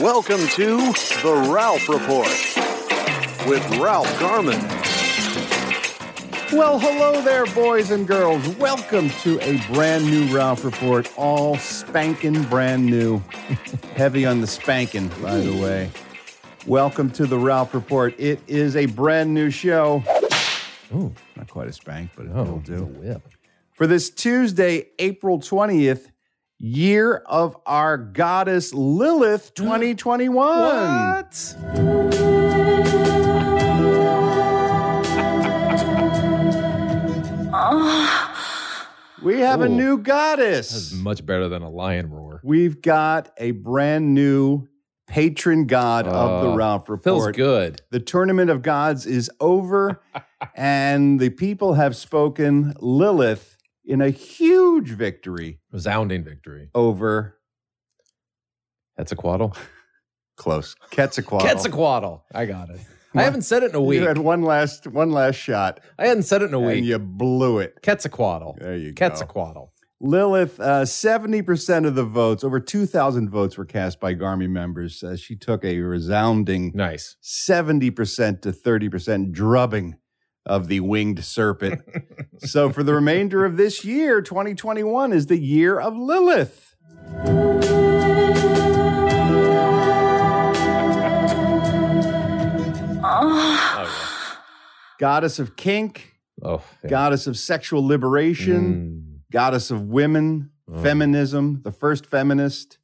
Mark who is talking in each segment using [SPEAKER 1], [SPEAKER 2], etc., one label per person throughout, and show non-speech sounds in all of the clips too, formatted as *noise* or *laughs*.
[SPEAKER 1] Welcome to The Ralph Report with Ralph Garman.
[SPEAKER 2] Well, hello there, boys and girls. Welcome to a brand new Ralph Report, all spanking brand new. Heavy on the spanking, by the way. Welcome to the Ralph Report. It is a brand new show.
[SPEAKER 3] Ooh,
[SPEAKER 2] Not quite a spank, but
[SPEAKER 3] no,
[SPEAKER 2] it'll
[SPEAKER 3] it's a
[SPEAKER 2] do.
[SPEAKER 3] whip.
[SPEAKER 2] For this Tuesday, April 20th, year of our goddess
[SPEAKER 3] *gasps*
[SPEAKER 2] Lilith 2021. *sighs* We have a
[SPEAKER 3] Ooh.
[SPEAKER 2] new goddess.
[SPEAKER 3] That's much better than a lion roar.
[SPEAKER 2] We've got a brand new patron god of the
[SPEAKER 3] Uh,
[SPEAKER 2] Ralph
[SPEAKER 3] Feels
[SPEAKER 2] Report.
[SPEAKER 3] good.
[SPEAKER 2] The tournament of gods is
[SPEAKER 3] *laughs*
[SPEAKER 2] over, and the people have spoken Lilith in a huge victory
[SPEAKER 3] Resounding victory.
[SPEAKER 2] over
[SPEAKER 3] That's a quaddle.
[SPEAKER 2] close Quetzalcoatl.
[SPEAKER 3] Quetzalcoatl. I got it. I haven't said it in a week.
[SPEAKER 2] You had one last one last shot,
[SPEAKER 3] I hadn't said it in a
[SPEAKER 2] and
[SPEAKER 3] week.
[SPEAKER 2] you blew it.
[SPEAKER 3] Quetzalcoatl.
[SPEAKER 2] There you go.
[SPEAKER 3] Quetzalcoatl.
[SPEAKER 2] Lilith, uh, 70% of the votes, over 2,000 votes were cast by Garmy members. Uh, she took a resounding
[SPEAKER 3] Nice.
[SPEAKER 2] 70% to 30% drubbing of the winged serpent. so for the remainder of this year, 2021 is the year of Lilith.
[SPEAKER 3] Oh,
[SPEAKER 2] Goddess of kink,
[SPEAKER 3] yeah. oh yeah.
[SPEAKER 2] goddess of sexual liberation,
[SPEAKER 3] Mm.
[SPEAKER 2] goddess of women,
[SPEAKER 3] Oh.
[SPEAKER 2] feminism, the first feminist,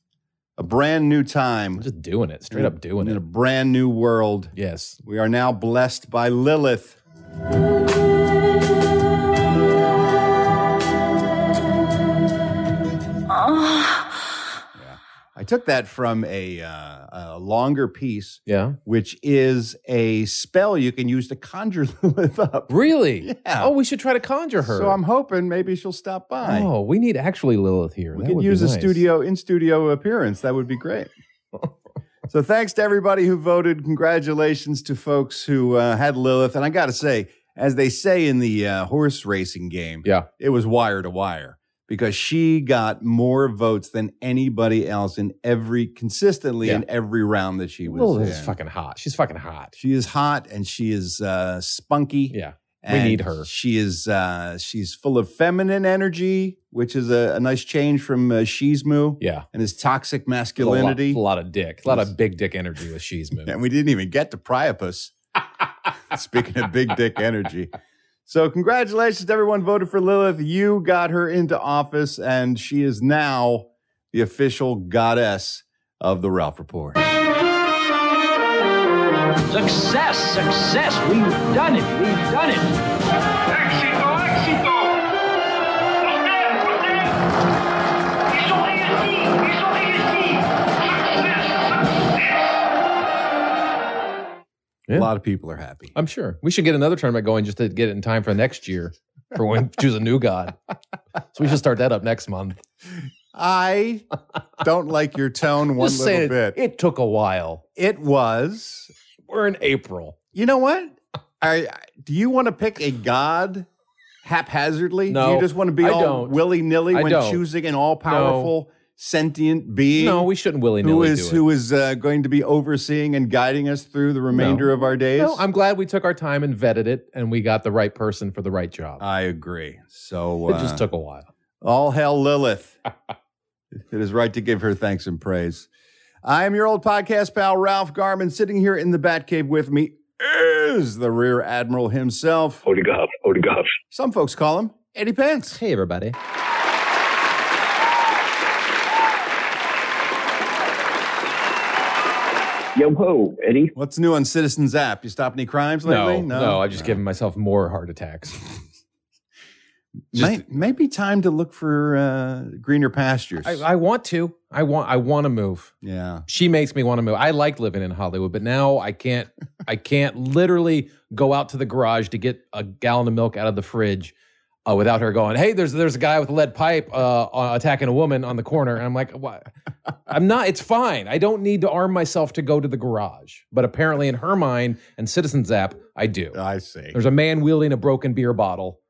[SPEAKER 2] a brand new
[SPEAKER 3] I'm
[SPEAKER 2] time,
[SPEAKER 3] just doing it. Straight up doing
[SPEAKER 2] in
[SPEAKER 3] it.
[SPEAKER 2] a brand new world.
[SPEAKER 3] Yes.
[SPEAKER 2] We are now blessed by Lilith. Yeah. I took that from a, uh, a longer piece,
[SPEAKER 3] Yeah.
[SPEAKER 2] which is a spell you can use to conjure *laughs* Lilith up.
[SPEAKER 3] Really?
[SPEAKER 2] Yeah.
[SPEAKER 3] Oh, we should try to conjure her.
[SPEAKER 2] So I'm hoping maybe she'll stop by.
[SPEAKER 3] Oh, we need actually Lilith here.
[SPEAKER 2] we
[SPEAKER 3] That
[SPEAKER 2] could
[SPEAKER 3] would be
[SPEAKER 2] use a
[SPEAKER 3] nice.
[SPEAKER 2] studio in studio appearance. That would be
[SPEAKER 3] *laughs*
[SPEAKER 2] great. so thanks to everybody who voted. Congratulations to folks who uh, had Lilith. And I got to say, as they say in the uh, horse racing game,
[SPEAKER 3] Yeah.
[SPEAKER 2] it was wire to wire because she got more votes than anybody else in every consistently in every round that she was.
[SPEAKER 3] Lilith
[SPEAKER 2] in.
[SPEAKER 3] is fucking hot. She's fucking hot.
[SPEAKER 2] She is hot and she is uh, spunky.
[SPEAKER 3] Yeah. We
[SPEAKER 2] And
[SPEAKER 3] need her.
[SPEAKER 2] She is uh, she's full of feminine energy, which is a, a nice change from uh, Shizmu
[SPEAKER 3] Yeah.
[SPEAKER 2] and his toxic
[SPEAKER 3] A lot, a
[SPEAKER 2] masculinity.
[SPEAKER 3] lot of dick. A lot of big dick energy with she's moving.
[SPEAKER 2] And we didn't even get to
[SPEAKER 3] *laughs*
[SPEAKER 2] Priapus. Speaking of big dick energy. So, congratulations to everyone who voted for Lilith. You got her into office, and she is now the official goddess of the Ralph Report.
[SPEAKER 4] Success, success. We've done it. We've done it.
[SPEAKER 5] Éxito, éxito. Usted, usted. Ils ont réussi, ils ont réussi. Success, success.
[SPEAKER 2] A
[SPEAKER 3] Yeah.
[SPEAKER 2] lot of people are happy.
[SPEAKER 3] I'm sure we should get another tournament going just to get it in time for next year for *laughs* when choose a new god. So we should start that up next month.
[SPEAKER 2] I don't like your tone one
[SPEAKER 3] *laughs* Just
[SPEAKER 2] little
[SPEAKER 3] saying,
[SPEAKER 2] bit.
[SPEAKER 3] It took a while.
[SPEAKER 2] It was.
[SPEAKER 3] We're in April.
[SPEAKER 2] You know what? I, I- do you want to pick a god haphazardly? Do
[SPEAKER 3] No,
[SPEAKER 2] you just want to be
[SPEAKER 3] I
[SPEAKER 2] all
[SPEAKER 3] don't.
[SPEAKER 2] willy nilly
[SPEAKER 3] I
[SPEAKER 2] when
[SPEAKER 3] don't.
[SPEAKER 2] choosing an all powerful sentient being?
[SPEAKER 3] No, we shouldn't willy
[SPEAKER 2] who
[SPEAKER 3] nilly
[SPEAKER 2] is
[SPEAKER 3] do
[SPEAKER 2] who is uh, going to be overseeing and guiding us through the remainder of our
[SPEAKER 3] it.
[SPEAKER 2] days?
[SPEAKER 3] No, I'm glad we took our time and vetted it, and we got the right person for the right job.
[SPEAKER 2] I agree. So
[SPEAKER 3] It just
[SPEAKER 2] uh,
[SPEAKER 3] took a while.
[SPEAKER 2] All hail
[SPEAKER 3] *laughs*
[SPEAKER 2] Lilith. it is right to give her thanks and praise. I am your old podcast pal, Ralph Garman. Sitting here in the Batcave with me is the Rear Admiral himself. Holy God. Holy God. Some folks call him Eddie Pence.
[SPEAKER 3] Hey, everybody.
[SPEAKER 6] Yo ho, Eddie.
[SPEAKER 2] What's new on Citizens App? You stop any crimes lately?
[SPEAKER 3] no, I'm just giving myself more heart attacks. Just-
[SPEAKER 2] May, maybe time to look for uh, greener pastures.
[SPEAKER 3] I, I want to. I want. I want to move.
[SPEAKER 2] yeah.
[SPEAKER 3] she makes me want to move. I like living in Hollywood, but now I
[SPEAKER 2] *laughs*
[SPEAKER 3] can't. I can't literally go out to the garage to get a gallon of milk out of the fridge uh, without her going, "Hey, there's there's a guy with a lead pipe uh, uh, attacking a woman on the corner," and I'm
[SPEAKER 2] *laughs*
[SPEAKER 3] like, "What?" I'm not. It's fine. I don't need to arm myself to go to the garage. But apparently, in her mind and Citizens app, I do.
[SPEAKER 2] I see.
[SPEAKER 3] There's a man wielding a broken beer bottle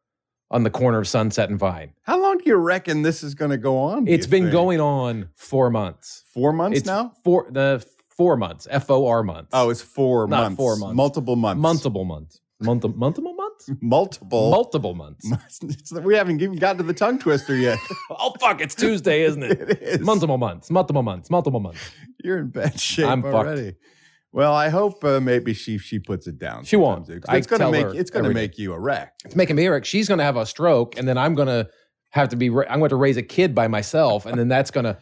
[SPEAKER 3] on the corner of Sunset and Vine.
[SPEAKER 2] How long do you reckon this is going to go on? do
[SPEAKER 3] It's
[SPEAKER 2] you
[SPEAKER 3] been
[SPEAKER 2] think?
[SPEAKER 3] going on four months.
[SPEAKER 2] four months
[SPEAKER 3] it's
[SPEAKER 2] now.
[SPEAKER 3] four the four months. F O R months.
[SPEAKER 2] Oh, it's four
[SPEAKER 3] Not
[SPEAKER 2] months.
[SPEAKER 3] four months.
[SPEAKER 2] Multiple months.
[SPEAKER 3] multiple months. Multi- multiple months?
[SPEAKER 2] *laughs* Multiple.
[SPEAKER 3] Multiple months.
[SPEAKER 2] It's- we haven't even gotten to the tongue twister
[SPEAKER 3] *laughs*
[SPEAKER 2] yet.
[SPEAKER 3] Oh fuck! It's Tuesday,
[SPEAKER 2] *laughs*
[SPEAKER 3] isn't it?
[SPEAKER 2] it is.
[SPEAKER 3] multiple months. Multiple months. Multiple months.
[SPEAKER 2] You're in bad shape
[SPEAKER 3] I'm fucked.
[SPEAKER 2] already. Well, I hope uh, maybe she she puts it down.
[SPEAKER 3] She won't.
[SPEAKER 2] sometimes, 'cause
[SPEAKER 3] I
[SPEAKER 2] It's going to
[SPEAKER 3] tell
[SPEAKER 2] make
[SPEAKER 3] her
[SPEAKER 2] it's going to
[SPEAKER 3] every
[SPEAKER 2] make you a wreck.
[SPEAKER 3] It's making me Eric. She's gonna have a stroke, and then I'm gonna have to be. ra- I'm going to raise a kid by myself, and then that's gonna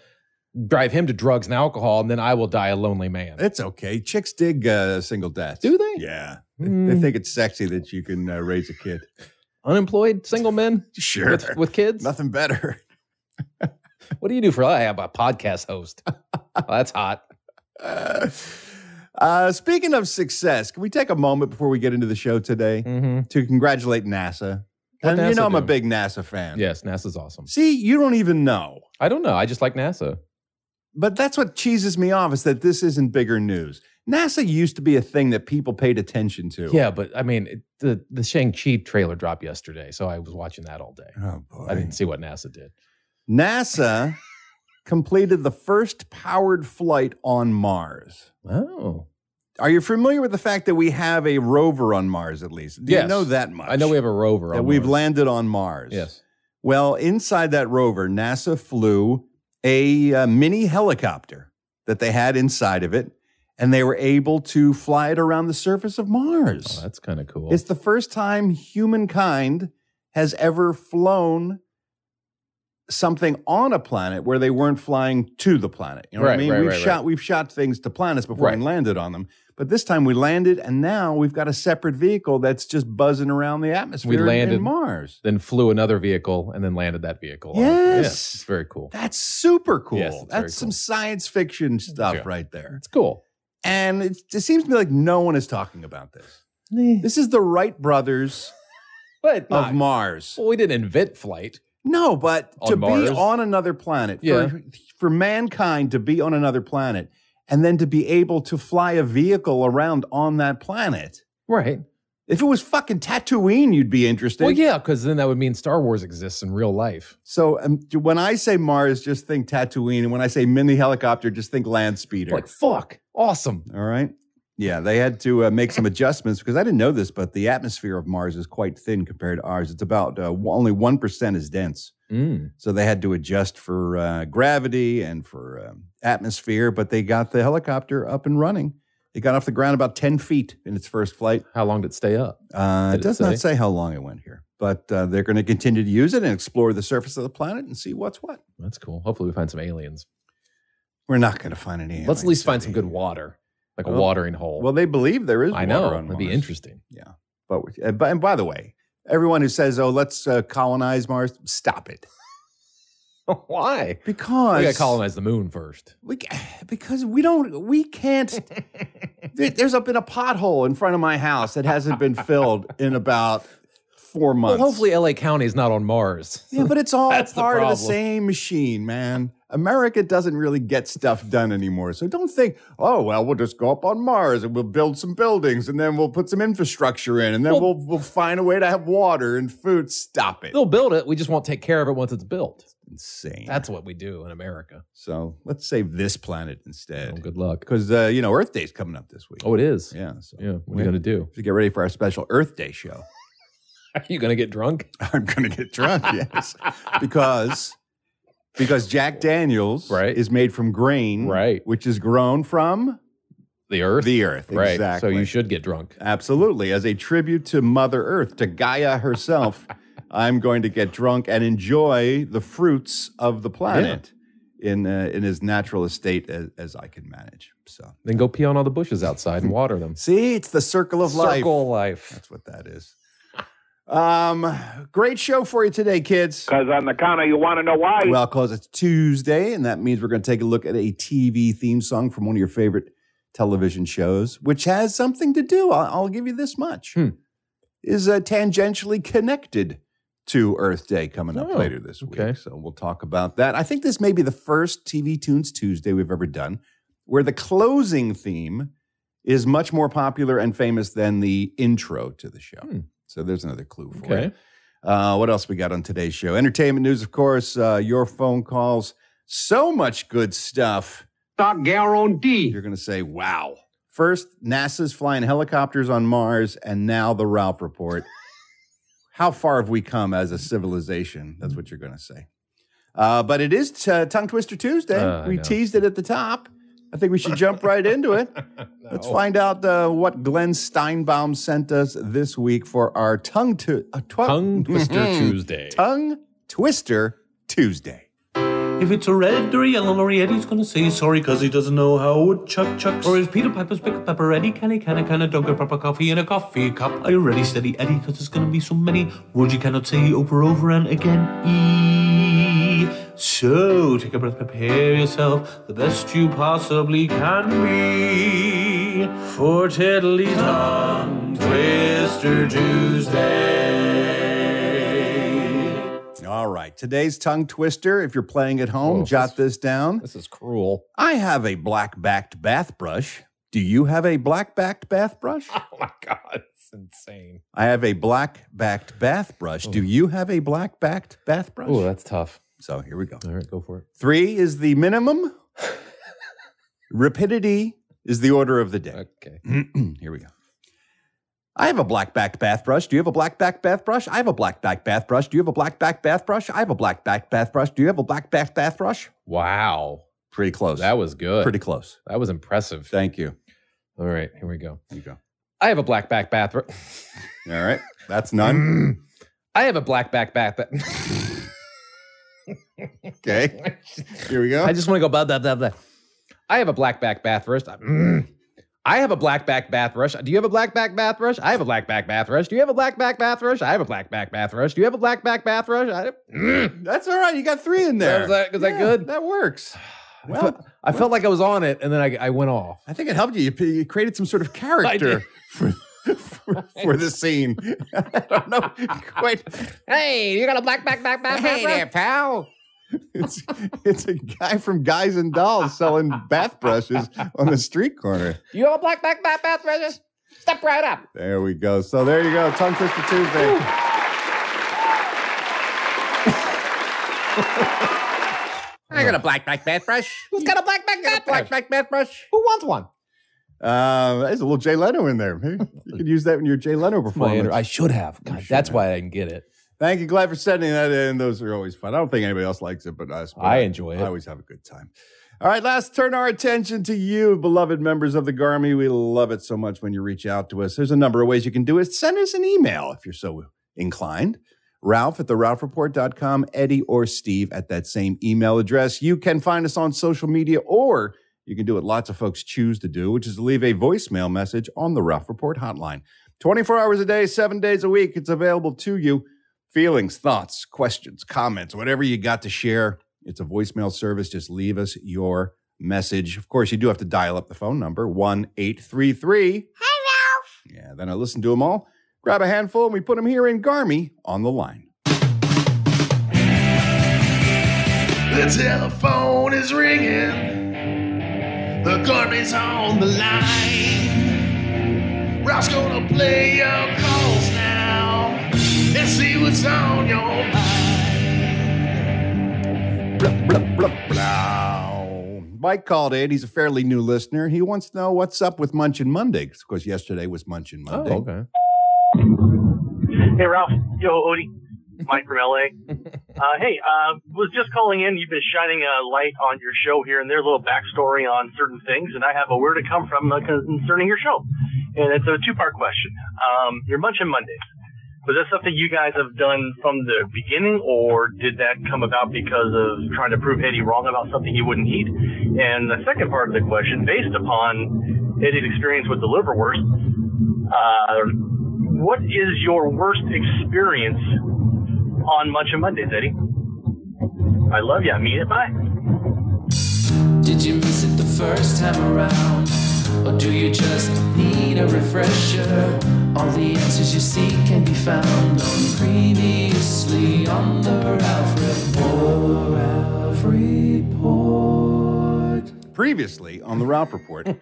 [SPEAKER 3] drive him to drugs and alcohol, and then I will die a lonely man.
[SPEAKER 2] It's okay. Chicks dig uh, single dads.
[SPEAKER 3] Do they?
[SPEAKER 2] Yeah. They
[SPEAKER 3] Mm.
[SPEAKER 2] think it's sexy that you can uh, raise a kid.
[SPEAKER 3] Unemployed
[SPEAKER 2] *laughs*
[SPEAKER 3] single men
[SPEAKER 2] Sure.
[SPEAKER 3] with, with kids.
[SPEAKER 2] Nothing better. *laughs*
[SPEAKER 3] What do you do for? I am a podcast
[SPEAKER 2] *laughs*
[SPEAKER 3] host. Oh, that's hot.
[SPEAKER 2] Uh, uh, speaking of success, can we take a moment before we get into the show today
[SPEAKER 3] Mm-hmm.
[SPEAKER 2] to congratulate NASA?
[SPEAKER 3] What
[SPEAKER 2] and you
[SPEAKER 3] NASA
[SPEAKER 2] know I'm a
[SPEAKER 3] do?
[SPEAKER 2] big NASA fan.
[SPEAKER 3] Yes, NASA's awesome.
[SPEAKER 2] See, you don't even know.
[SPEAKER 3] I don't know. I just like NASA.
[SPEAKER 2] But that's what cheeses me off is that this isn't bigger news. NASA used to be a thing that people paid attention to.
[SPEAKER 3] Yeah, but I mean, it, the the Shang Chi trailer dropped yesterday, so I was watching that all day.
[SPEAKER 2] Oh boy.
[SPEAKER 3] I didn't see what NASA did.
[SPEAKER 2] NASA completed the first powered flight on Mars.
[SPEAKER 3] Oh,
[SPEAKER 2] Are you familiar with the fact that we have a rover on Mars at least? Do you
[SPEAKER 3] Yes.
[SPEAKER 2] know that much?
[SPEAKER 3] I know we have a rover.
[SPEAKER 2] that
[SPEAKER 3] on
[SPEAKER 2] we've
[SPEAKER 3] Mars.
[SPEAKER 2] landed on Mars.
[SPEAKER 3] Yes.
[SPEAKER 2] Well, inside that rover, NASA flew a uh, mini helicopter that they had inside of it, and they were able to fly it around the surface of Mars.
[SPEAKER 3] Oh, that's kind of cool.
[SPEAKER 2] It's the first time humankind has ever flown something on a planet where they weren't flying to the planet. You know what I
[SPEAKER 3] Right,
[SPEAKER 2] mean?
[SPEAKER 3] right,
[SPEAKER 2] we've
[SPEAKER 3] right,
[SPEAKER 2] shot we've shot things to planets before
[SPEAKER 3] Right.
[SPEAKER 2] and landed on them. But this time we landed and now we've got a separate vehicle that's just buzzing around the atmosphere in-
[SPEAKER 3] landed-
[SPEAKER 2] in Mars.
[SPEAKER 3] then flew another vehicle and then landed that vehicle.
[SPEAKER 2] Yes.
[SPEAKER 3] Yeah, it's very cool.
[SPEAKER 2] That's super cool.
[SPEAKER 3] Yes, it's very
[SPEAKER 2] that's some
[SPEAKER 3] cool.
[SPEAKER 2] science fiction stuff
[SPEAKER 3] Yeah.
[SPEAKER 2] right there.
[SPEAKER 3] It's cool.
[SPEAKER 2] And it, it seems to me like no one is talking about this. This is the Wright brothers
[SPEAKER 3] But it's
[SPEAKER 2] of
[SPEAKER 3] not-
[SPEAKER 2] Mars.
[SPEAKER 3] well, we didn't invent flight.
[SPEAKER 2] No, but
[SPEAKER 3] On
[SPEAKER 2] to
[SPEAKER 3] Mars?
[SPEAKER 2] be on another planet,
[SPEAKER 3] Yeah.
[SPEAKER 2] for, for mankind to be on another planet and then to be able to fly a vehicle around on that planet.
[SPEAKER 3] Right.
[SPEAKER 2] If it was fucking Tatooine, you'd be interested.
[SPEAKER 3] Well, yeah, because then that would mean Star Wars exists in real life.
[SPEAKER 2] So um, when I say Mars, just think Tatooine. And when I say mini helicopter, just think land speeder.
[SPEAKER 3] Like fuck, awesome.
[SPEAKER 2] All right. Yeah, they had to uh, make some adjustments because I didn't know this, but the atmosphere of Mars is quite thin compared to ours. It's about uh, w- only 1% is dense.
[SPEAKER 3] Mm.
[SPEAKER 2] So they had to adjust for uh, gravity and for um, atmosphere, but they got the helicopter up and running. It got off the ground about 10 feet in its first flight.
[SPEAKER 3] How long did it stay up?
[SPEAKER 2] Uh, it
[SPEAKER 3] Did it
[SPEAKER 2] does not say how long it went here, but uh, they're going to continue to use it and explore the surface of the planet and see what's what.
[SPEAKER 3] That's cool. Hopefully, we find some aliens.
[SPEAKER 2] We're not going to find any.
[SPEAKER 3] Let's
[SPEAKER 2] aliens
[SPEAKER 3] at least find
[SPEAKER 2] today.
[SPEAKER 3] some good water, like a
[SPEAKER 2] Well-
[SPEAKER 3] watering hole.
[SPEAKER 2] Well, they believe there is. water
[SPEAKER 3] I know.
[SPEAKER 2] On
[SPEAKER 3] It'd be
[SPEAKER 2] Mars.
[SPEAKER 3] interesting.
[SPEAKER 2] But, we- uh, but and by the way, everyone who says, "Oh, let's uh, colonize Mars," stop it
[SPEAKER 3] *laughs* Why?
[SPEAKER 2] because
[SPEAKER 3] We gotta colonize the moon first.
[SPEAKER 2] We ca- *sighs* because we don't we
[SPEAKER 3] *laughs*
[SPEAKER 2] can't. there- There's a been a pothole in front of my house that hasn't been filled in about four
[SPEAKER 3] Well,
[SPEAKER 2] months.
[SPEAKER 3] hopefully LA County is not on Mars. *laughs*
[SPEAKER 2] yeah, but it's all
[SPEAKER 3] That's the
[SPEAKER 2] part of the
[SPEAKER 3] problem.
[SPEAKER 2] same machine, man. America doesn't really get stuff done anymore. So don't think, oh well, we'll just go up on Mars and we'll build some buildings and then we'll put some infrastructure in and then
[SPEAKER 3] Well-
[SPEAKER 2] we'll we'll find a way to have water and food. Stop it.
[SPEAKER 3] They'll build it. We just won't take care of it once it's built.
[SPEAKER 2] Insane.
[SPEAKER 3] That's what we do in America.
[SPEAKER 2] so let's save this planet
[SPEAKER 3] Well,
[SPEAKER 2] instead.
[SPEAKER 3] Oh, good luck.
[SPEAKER 2] Because uh, you know Earth Day's coming up this week.
[SPEAKER 3] Oh, it is.
[SPEAKER 2] yeah. So
[SPEAKER 3] Yeah. What are you gonna do?
[SPEAKER 2] to get ready for our special Earth Day show.
[SPEAKER 3] *laughs* Are you gonna get drunk?
[SPEAKER 2] *laughs* I'm going to get drunk, *laughs* yes, because because Jack Daniels
[SPEAKER 3] Right.
[SPEAKER 2] is made from grain,
[SPEAKER 3] Right.
[SPEAKER 2] which is grown from
[SPEAKER 3] The Earth.
[SPEAKER 2] the earth,
[SPEAKER 3] right.
[SPEAKER 2] Exactly.
[SPEAKER 3] So you should get drunk.
[SPEAKER 2] absolutely as a tribute to Mother Earth, to Gaia *laughs* herself. I'm going to get drunk and enjoy the fruits of the planet in uh, in as natural a state as, as I can manage. So
[SPEAKER 3] Then go pee on all the
[SPEAKER 2] *laughs*
[SPEAKER 3] bushes outside and water them.
[SPEAKER 2] see, it's the circle of life.
[SPEAKER 3] Circle life.
[SPEAKER 2] That's what that is. Um, great show for you today, kids.
[SPEAKER 7] Because on the counter, you want to know why.
[SPEAKER 2] Well, because it's Tuesday, and that means we're going to take a look at a TV theme song from one of your favorite television shows, which has something to do. I'll, I'll give you this much:
[SPEAKER 3] Hmm.
[SPEAKER 2] is uh, tangentially connected to Earth Day coming up
[SPEAKER 3] Oh,
[SPEAKER 2] later this week.
[SPEAKER 3] okay.
[SPEAKER 2] So we'll talk about that. I think this may be the first TV Tunes Tuesday we've ever done, where the closing theme is much more popular and famous than the intro to the show.
[SPEAKER 3] Hmm.
[SPEAKER 2] So there's another clue for it.
[SPEAKER 3] Okay.
[SPEAKER 2] Uh, what else we got on today's show? Entertainment news, of course. Uh, your phone calls. So much good stuff.
[SPEAKER 4] Stock guarantee.
[SPEAKER 2] You're going to say, wow. First, NASA's flying helicopters on Mars, and now the Ralph
[SPEAKER 3] *laughs*
[SPEAKER 2] Report. How far have we come as a civilization? That's what you're going to say. Uh, but it is t- Tongue Twister Tuesday.
[SPEAKER 3] Uh, I
[SPEAKER 2] we
[SPEAKER 3] know.
[SPEAKER 2] teased it at the top. I think we should jump right into
[SPEAKER 3] *laughs*
[SPEAKER 2] it. Let's find out uh, what Glenn Steinbaum sent us this week for our tongue to uh, tw- *laughs* Hmm.
[SPEAKER 3] Tongue Twister Tuesday.
[SPEAKER 2] Tongue Twister Tuesday.
[SPEAKER 8] If it's a red or a yellow or Eddie's gonna say sorry cause he doesn't know how woodchuck chucks. Or is Peter Piper's pick a pepper Eddie, can he can a can a dog a proper coffee in a coffee cup? Are you ready steady Eddie cause there's gonna be so many words you cannot say over over and again. E So take a breath, prepare yourself, the best you possibly can be. For Tiddly Tongue Twister Tuesday.
[SPEAKER 2] All right. Today's tongue twister, if you're playing at home,
[SPEAKER 3] Whoa,
[SPEAKER 2] jot
[SPEAKER 3] that's-
[SPEAKER 2] this down.
[SPEAKER 3] This is cruel.
[SPEAKER 2] I have a black backed bath brush. Do you have a black backed bath
[SPEAKER 3] *laughs*
[SPEAKER 2] brush?
[SPEAKER 3] Oh *laughs* my god, it's insane.
[SPEAKER 2] I have a black backed bath brush. Do you have a black backed bath brush?
[SPEAKER 3] Oh, that's tough.
[SPEAKER 2] so here we go.
[SPEAKER 3] All right, go for it.
[SPEAKER 2] Three is the minimum. Rapidity is the order of the day.
[SPEAKER 3] Okay.
[SPEAKER 2] here we go. I have a black backed bath brush. Do you have a black backed bath brush? I have a black backed bath brush. Do you have a black backed bath brush? I have a black backed bath brush. Do you have a black backed bath brush?
[SPEAKER 3] Wow,
[SPEAKER 2] Pretty close.
[SPEAKER 3] that was good.
[SPEAKER 2] pretty close.
[SPEAKER 3] That was impressive.
[SPEAKER 2] Thank you.
[SPEAKER 3] All right, here we go.
[SPEAKER 2] You go.
[SPEAKER 3] I have a black back *clears throat* bathroom.
[SPEAKER 2] All right. That's none.
[SPEAKER 3] I have a black back bath. *laughs* *laughs*
[SPEAKER 2] okay. Here we go.
[SPEAKER 3] I just want to go blah blah blah blah. I have a black back bath rush. I *clears throat* I have a black back bath rush. Do you have a black back bath rush? I have a black back bath rush. Do you have a black back bath rush? I have a black back bath rush. Do you have a black back bath rush? I have,
[SPEAKER 2] That's all right. You got three in there.
[SPEAKER 3] Was that- was that good?
[SPEAKER 2] That works.
[SPEAKER 3] I felt-
[SPEAKER 2] Well,
[SPEAKER 3] I felt like I was on it, and then I, I went off.
[SPEAKER 2] I think it helped you. You, p- you created some
[SPEAKER 3] *laughs*
[SPEAKER 2] sort of character *laughs* for, for, for the scene. *laughs* I don't know *laughs* quite.
[SPEAKER 3] Hey, you got a black back *laughs* back back bath rush?
[SPEAKER 2] pal. It's, it's a guy from Guys and Dolls selling bath brushes on the street corner.
[SPEAKER 3] You have a black back bath bath rush? Step right up.
[SPEAKER 2] There we go. So there you go. Tongue Twister Tuesday.
[SPEAKER 3] I got a black back bath brush. Who's got a black back bath brush? Black bath brush. Who wants one?
[SPEAKER 2] Um, there's a little Jay Leno in there. Maybe
[SPEAKER 3] *laughs*
[SPEAKER 2] you could use that in your Jay Leno
[SPEAKER 3] My
[SPEAKER 2] performance.
[SPEAKER 3] inter- I should have. God,
[SPEAKER 2] should
[SPEAKER 3] that's
[SPEAKER 2] have.
[SPEAKER 3] why I didn't get it.
[SPEAKER 2] Thank you, Glad, for sending that in. Those are always fun. I don't think anybody else likes it but us. but
[SPEAKER 3] I enjoy it.
[SPEAKER 2] I always have a good time. All right, let's turn our attention to you, beloved members of the Garmy. We love it so much when you reach out to us. There's a number of ways you can do it. Send us an email if you're so inclined. Ralph at the RalphReport.com, Eddie or Steve at that same email address. You can find us on social media or you can do what lots of folks choose to do, which is to leave a voicemail message on the Ralph Report hotline. 24 hours a day, seven days a week. It's available to you. Feelings, thoughts, questions, comments, whatever you got to share. It's a voicemail service. Just leave us your message. Of course, you do have to dial up the phone number 1 833. Hi, Ralph. Yeah, then I listen to them all, grab a handful, and we put them here in Garmy on the line.
[SPEAKER 8] The telephone is ringing. The garbage on the line. Ralph's gonna play your calls now. Let's see what's on your mind.
[SPEAKER 2] Blah, blah, blah, blah. Mike called in. He's a fairly new listener. He wants to know what's up with Munchin Monday. 'cause Of course, yesterday was Munchin
[SPEAKER 3] Oh,
[SPEAKER 2] Monday.
[SPEAKER 9] *laughs* Hey, Ralph. Yo, Odie. Mike from LA. Uh, hey, uh, was just calling in. You've been shining a light on your show here and there, a little backstory on certain things, and I have a where to come from uh, concerning your show. And it's a two part question. Um, your Munchin Mondays. Was that something you guys have done from the beginning, or did that come about because of trying to prove Eddie wrong about something he wouldn't eat? And the second part of the question, based upon Eddie's experience with the liverwurst, uh, what is your worst experience on Munch and Mondays, Eddie? I love you. I mean it. Bye.
[SPEAKER 10] Did you miss it the first time around? Or do you just need a refresher? All the answers you seek can be found on previously on the Ralph Report. Ralph Report.
[SPEAKER 2] previously on the Ralph
[SPEAKER 3] *laughs*
[SPEAKER 2] Report.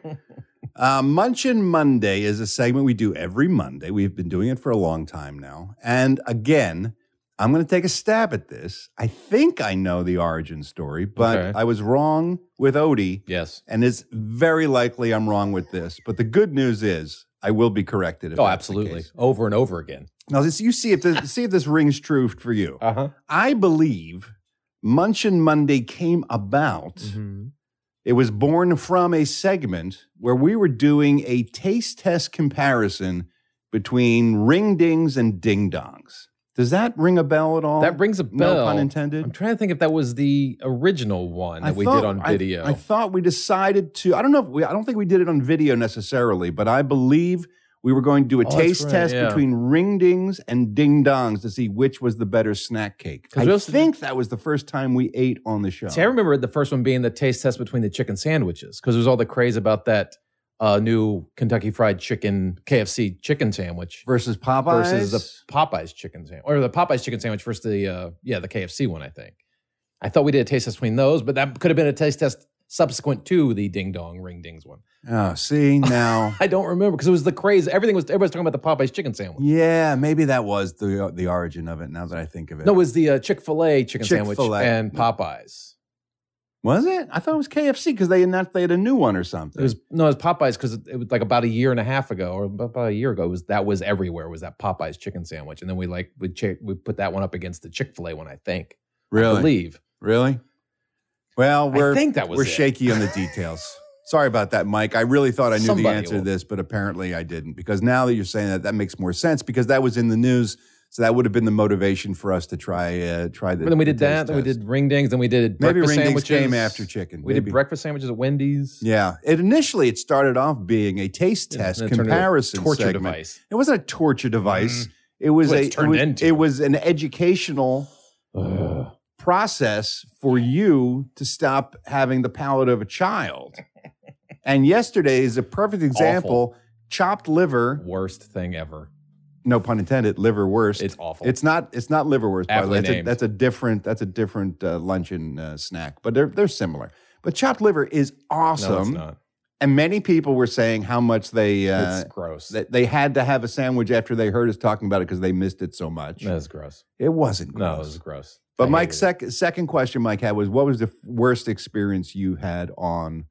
[SPEAKER 2] uh, Munchin Monday is a segment we do every Monday. We've been doing it for a long time now. And again, I'm going to take a stab at this. I think I know the origin story, but
[SPEAKER 3] Okay.
[SPEAKER 2] I was wrong with Odie.
[SPEAKER 3] Yes.
[SPEAKER 2] And it's very likely I'm wrong with this. But the good news is I will be corrected. If
[SPEAKER 3] Oh,
[SPEAKER 2] that's the
[SPEAKER 3] absolutely.
[SPEAKER 2] case.
[SPEAKER 3] Over and over again.
[SPEAKER 2] Now, this, you see if this, see if this rings true for you.
[SPEAKER 3] *laughs* Uh huh.
[SPEAKER 2] I believe Munchin Monday came about.
[SPEAKER 3] Mm-hmm.
[SPEAKER 2] Mm-hmm. It was born from a segment where we were doing a taste test comparison between ring dings and ding dongs. Does that ring a bell at all?
[SPEAKER 3] That rings a
[SPEAKER 2] no
[SPEAKER 3] bell.
[SPEAKER 2] pun
[SPEAKER 3] I'm
[SPEAKER 2] intended.
[SPEAKER 3] trying to think if that was the original one that
[SPEAKER 2] I
[SPEAKER 3] we
[SPEAKER 2] thought-
[SPEAKER 3] did on
[SPEAKER 2] I-
[SPEAKER 3] video.
[SPEAKER 2] I, thought we decided to. I don't know. If we, I don't think we did it on video necessarily, but I believe we were going to do a
[SPEAKER 3] Oh, that's
[SPEAKER 2] taste
[SPEAKER 3] right,
[SPEAKER 2] test
[SPEAKER 3] yeah.
[SPEAKER 2] between ring dings and ding dongs to see which was the better snack cake.
[SPEAKER 3] 'Cause
[SPEAKER 2] I
[SPEAKER 3] we also-
[SPEAKER 2] think that was the first time we ate on the show.
[SPEAKER 3] See, I remember the first one being the taste test between the chicken sandwiches because there was all the craze about that uh, new Kentucky Fried Chicken KFC chicken sandwich
[SPEAKER 2] versus Popeyes
[SPEAKER 3] versus the Popeyes chicken sandwich or the Popeyes chicken sandwich versus the uh, yeah the KFC one. I think I thought we did a taste test between those, but that could have been a taste test subsequent to the Ding Dong Ring Dings one.
[SPEAKER 2] Oh, see now.
[SPEAKER 3] I don't remember because it was the craze. Everything was everybody's talking about the Popeyes chicken sandwich.
[SPEAKER 2] yeah, maybe that was the the origin of it. Now that I think of it,
[SPEAKER 3] No, it was the uh, Chick Fil A chicken
[SPEAKER 2] Chick-fil-A.
[SPEAKER 3] sandwich and Popeyes.
[SPEAKER 2] was it? I thought it was KFC because they announced they had a new one or something.
[SPEAKER 3] It was no, it was Popeyes because it, it was like about a year and a half ago, or about about a year ago. It was that was everywhere was that Popeyes chicken sandwich, and then we like we ch- we put that one up against the Chick Fil A one. I think I believe
[SPEAKER 2] really. Well,
[SPEAKER 3] I
[SPEAKER 2] we're
[SPEAKER 3] think that was
[SPEAKER 2] we're
[SPEAKER 3] it.
[SPEAKER 2] shaky on
[SPEAKER 3] *laughs*
[SPEAKER 2] the details. Sorry about that, Mike. I really thought I knew the
[SPEAKER 3] Somebody
[SPEAKER 2] answer to
[SPEAKER 3] will.
[SPEAKER 2] this, but apparently I didn't. Because now that you're saying that, that makes more sense. Because that was in the news, so that would have been the motivation for us to try uh, try the.
[SPEAKER 3] But then we did
[SPEAKER 2] the
[SPEAKER 3] that.
[SPEAKER 2] taste
[SPEAKER 3] Then we
[SPEAKER 2] test.
[SPEAKER 3] did ring dings. Then we did
[SPEAKER 2] Maybe
[SPEAKER 3] breakfast
[SPEAKER 2] ring dings
[SPEAKER 3] sandwiches.
[SPEAKER 2] came after chicken.
[SPEAKER 3] We
[SPEAKER 2] Maybe.
[SPEAKER 3] did breakfast sandwiches at Wendy's.
[SPEAKER 2] Yeah, it initially it started off being a taste
[SPEAKER 3] And
[SPEAKER 2] test
[SPEAKER 3] then it turned into a
[SPEAKER 2] comparison
[SPEAKER 3] torture
[SPEAKER 2] segment.
[SPEAKER 3] device.
[SPEAKER 2] It wasn't a torture device. It was
[SPEAKER 3] What
[SPEAKER 2] a
[SPEAKER 3] Mm-hmm. it's
[SPEAKER 2] it
[SPEAKER 3] turned
[SPEAKER 2] was,
[SPEAKER 3] into.
[SPEAKER 2] it was an educational
[SPEAKER 3] Ugh.
[SPEAKER 2] process for you to stop having the palate of a
[SPEAKER 3] *laughs*
[SPEAKER 2] child. and yesterday is a perfect example. Chopped liver,
[SPEAKER 3] Worst thing ever.
[SPEAKER 2] no pun intended, liver worst.
[SPEAKER 3] It's awful.
[SPEAKER 2] It's not. It's not liverwurst. By the
[SPEAKER 3] Aptly
[SPEAKER 2] way, that's a,
[SPEAKER 3] named.
[SPEAKER 2] that's a different. That's a different uh, luncheon uh, snack, but they're they're similar. But chopped liver is awesome.
[SPEAKER 3] no, it's not.
[SPEAKER 2] And many people were saying how much they uh,
[SPEAKER 3] it's gross.
[SPEAKER 2] that they had to have a sandwich after they heard us talking about it because they missed it so much.
[SPEAKER 3] that is gross.
[SPEAKER 2] It wasn't
[SPEAKER 3] No, it
[SPEAKER 2] gross.
[SPEAKER 3] was gross. I
[SPEAKER 2] but
[SPEAKER 3] hated
[SPEAKER 2] Mike's
[SPEAKER 3] it.
[SPEAKER 2] sec- second question Mike had was what was the f- worst experience you had on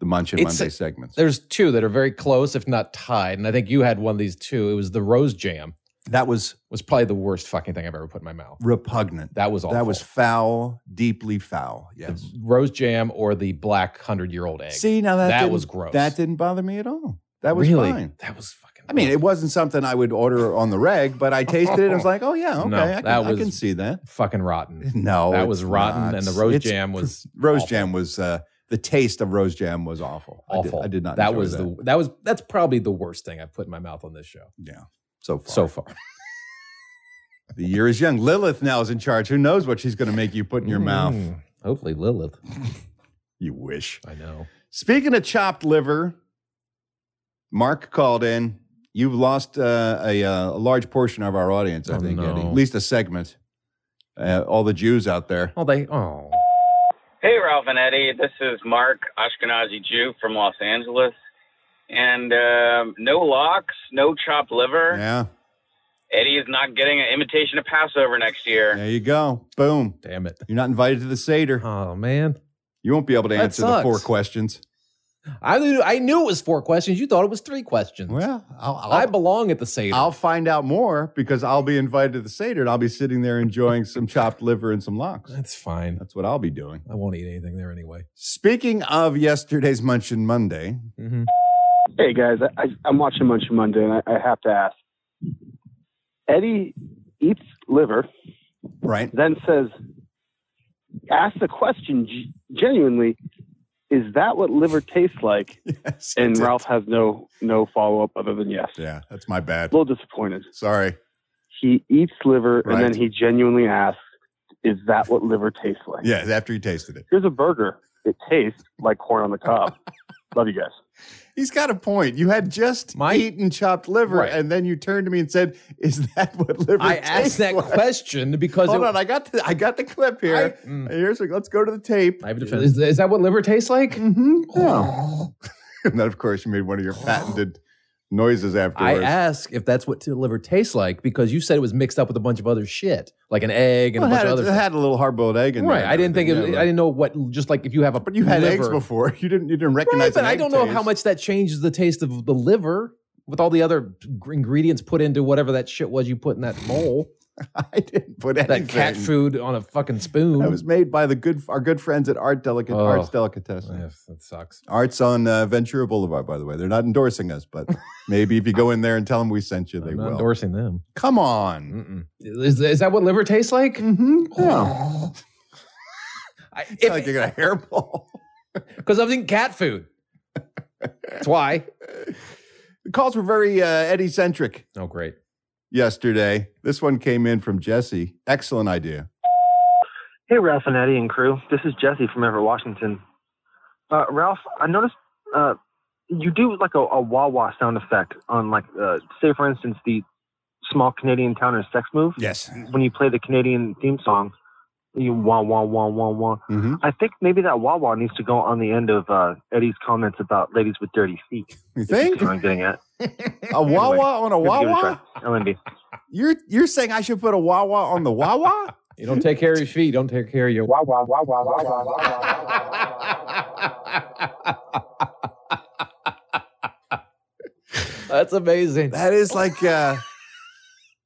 [SPEAKER 2] the Munchin
[SPEAKER 3] It's-
[SPEAKER 2] Monday segments?
[SPEAKER 3] There's two that are very close, if not tied, and I think you had one of these two. It was the rose jam.
[SPEAKER 2] That was
[SPEAKER 3] Was probably the worst fucking thing I've ever put in my mouth.
[SPEAKER 2] repugnant.
[SPEAKER 3] That was awful.
[SPEAKER 2] That was foul, deeply foul. Yes.
[SPEAKER 3] rose jam or the black hundred year old egg.
[SPEAKER 2] See, now that
[SPEAKER 3] That
[SPEAKER 2] didn't-
[SPEAKER 3] was gross.
[SPEAKER 2] That didn't bother me at all. That was
[SPEAKER 3] really,
[SPEAKER 2] fine.
[SPEAKER 3] That was fucking.
[SPEAKER 2] I mean, it wasn't something I would order on the reg, but I tasted it and I was
[SPEAKER 3] *laughs*
[SPEAKER 2] like, oh, yeah, okay,
[SPEAKER 3] No,
[SPEAKER 2] I, can,
[SPEAKER 3] that
[SPEAKER 2] I
[SPEAKER 3] was-
[SPEAKER 2] can see that. *laughs*
[SPEAKER 3] fucking rotten.
[SPEAKER 2] No,
[SPEAKER 3] that
[SPEAKER 2] Oh, it's
[SPEAKER 3] was rotten,
[SPEAKER 2] not.
[SPEAKER 3] and the rose
[SPEAKER 2] It's- *laughs*
[SPEAKER 3] jam was
[SPEAKER 2] Rose
[SPEAKER 3] awful.
[SPEAKER 2] jam was uh, the taste of rose jam was awful. I did-
[SPEAKER 3] awful.
[SPEAKER 2] I did, not.
[SPEAKER 3] That
[SPEAKER 2] enjoy
[SPEAKER 3] was the that was that's probably the worst thing I've put in my mouth on this show
[SPEAKER 2] yeah. So far,
[SPEAKER 3] so far.
[SPEAKER 2] the year is young. Lilith now is in charge. Who knows what she's going to make you put in your mouth?
[SPEAKER 3] Mm. Hopefully, Lilith.
[SPEAKER 2] You wish.
[SPEAKER 3] I know.
[SPEAKER 2] Speaking of chopped liver, Mark called in. You've lost uh, a, uh, a large portion of our audience. I
[SPEAKER 3] Oh,
[SPEAKER 2] think
[SPEAKER 3] no.
[SPEAKER 2] Eddie. at least a segment. Uh, all the Jews out there.
[SPEAKER 3] Oh, they. Oh,
[SPEAKER 11] Hey, Ralph and Eddie. This is Mark, Ashkenazi Jew from Los Angeles. And um, no locks, no chopped liver.
[SPEAKER 2] Yeah,
[SPEAKER 11] Eddie is not getting an imitation of Passover next year.
[SPEAKER 2] there you go. Boom.
[SPEAKER 3] damn it.
[SPEAKER 2] You're not invited to the seder.
[SPEAKER 3] Oh man,
[SPEAKER 2] You won't be able to
[SPEAKER 3] That
[SPEAKER 2] answer the four
[SPEAKER 3] sucks.
[SPEAKER 2] questions.
[SPEAKER 3] I knew I knew it was four questions. You thought it was three questions.
[SPEAKER 2] Well, I'll, I'll,
[SPEAKER 3] I belong at the Seder.
[SPEAKER 2] I'll find out more because I'll be invited to the Seder and I'll be sitting there enjoying
[SPEAKER 3] *laughs*
[SPEAKER 2] some chopped liver and some lox.
[SPEAKER 3] That's fine.
[SPEAKER 2] That's what I'll be doing.
[SPEAKER 3] I won't eat anything there anyway.
[SPEAKER 2] Speaking of yesterday's Munchin Monday,
[SPEAKER 3] Mm-hmm.
[SPEAKER 6] Hey guys, I, I, I'm watching Munch Monday, and I, I have to ask. Eddie eats liver,
[SPEAKER 2] right? *laughs*
[SPEAKER 6] then says, "Ask the question g- genuinely. is that what liver tastes like? and Ralph has no no follow up other than yes.
[SPEAKER 2] Yeah, that's my bad.
[SPEAKER 6] A little disappointed.
[SPEAKER 2] Sorry.
[SPEAKER 6] He eats liver
[SPEAKER 2] Right.
[SPEAKER 6] and then he genuinely asks, "Is that what liver tastes like?"
[SPEAKER 2] Yeah, after he tasted it.
[SPEAKER 6] Here's a burger. It tastes like corn on the
[SPEAKER 2] *laughs*
[SPEAKER 6] cob. Love you guys.
[SPEAKER 2] He's got a point. You had just eaten chopped liver,
[SPEAKER 3] Right.
[SPEAKER 2] and then you turned to me and said, "Is that what liver?"
[SPEAKER 3] I
[SPEAKER 2] tastes
[SPEAKER 3] asked that
[SPEAKER 2] like?
[SPEAKER 3] question because
[SPEAKER 2] Hold
[SPEAKER 3] it-
[SPEAKER 2] on, I got the I got the clip here.
[SPEAKER 3] mm.
[SPEAKER 2] Here's let's go to the tape. I
[SPEAKER 3] have a defense. Is, is that what liver tastes like?
[SPEAKER 2] Mm-hmm. *laughs* and then, of course, you made one of your patented noises
[SPEAKER 3] I
[SPEAKER 2] afterwards.
[SPEAKER 3] asked if that's what liver tastes like because you said it was mixed up with a bunch of other shit, like an egg and
[SPEAKER 2] Well,
[SPEAKER 3] a
[SPEAKER 2] it
[SPEAKER 3] bunch
[SPEAKER 2] had,
[SPEAKER 3] of other.
[SPEAKER 2] it had a little hard boiled egg in
[SPEAKER 3] right.
[SPEAKER 2] there. and
[SPEAKER 3] I didn't think it,
[SPEAKER 2] everything, yeah,
[SPEAKER 3] I didn't know what. Just like if you have a.
[SPEAKER 2] But you had eggs
[SPEAKER 3] liver-
[SPEAKER 2] before. You didn't. You didn't recognize.
[SPEAKER 3] Right, but
[SPEAKER 2] an
[SPEAKER 3] I
[SPEAKER 2] egg
[SPEAKER 3] don't know
[SPEAKER 2] taste.
[SPEAKER 3] how much that changes the taste of the liver with all the other gr- ingredients put into whatever that shit was you put in that bowl.
[SPEAKER 2] *laughs* I didn't put
[SPEAKER 3] that cat
[SPEAKER 2] anything.
[SPEAKER 3] food on a fucking spoon.
[SPEAKER 2] That was made by the good our good friends at Art Delicat
[SPEAKER 3] Oh.
[SPEAKER 2] Arts Delicatessen.
[SPEAKER 3] Ugh, that sucks.
[SPEAKER 2] Arts on uh, Ventura Boulevard, by the way. They're not endorsing us, but maybe if you go in there and tell them we sent you, they
[SPEAKER 3] I'm not
[SPEAKER 2] will.
[SPEAKER 3] endorsing them.
[SPEAKER 2] Come on.
[SPEAKER 3] Is, is that what liver tastes like?
[SPEAKER 2] Mm-hmm.
[SPEAKER 3] it's if,
[SPEAKER 2] like you got a hairball. *laughs*
[SPEAKER 3] Because I was eating cat food. That's why.
[SPEAKER 2] *laughs* The calls were very uh, Eddie centric
[SPEAKER 3] Oh, great.
[SPEAKER 2] yesterday. This one came in from Jesse. Excellent idea.
[SPEAKER 12] Hey, Ralph and Eddie and crew. This is Jesse from Everett, Washington. Uh, Ralph, I noticed uh, you do like a, a wah wah sound effect on, like, uh, say, for instance, the small Canadian town and sex move.
[SPEAKER 2] Yes.
[SPEAKER 12] When you play the Canadian theme song, you wah wah wah wah wah.
[SPEAKER 2] Mm-hmm.
[SPEAKER 12] I think maybe that wah wah needs to go on the end of uh, Eddie's comments about ladies with dirty feet.
[SPEAKER 2] You
[SPEAKER 12] think? I'm getting at.
[SPEAKER 2] A Wawa on a Wawa?
[SPEAKER 12] LND.
[SPEAKER 2] You're you're saying I should put a Wawa on the Wawa?
[SPEAKER 3] You don't take care of your feet. Don't take care of your wah wah wah wah wah wah wah. That's amazing.
[SPEAKER 2] *laughs* That is like uh,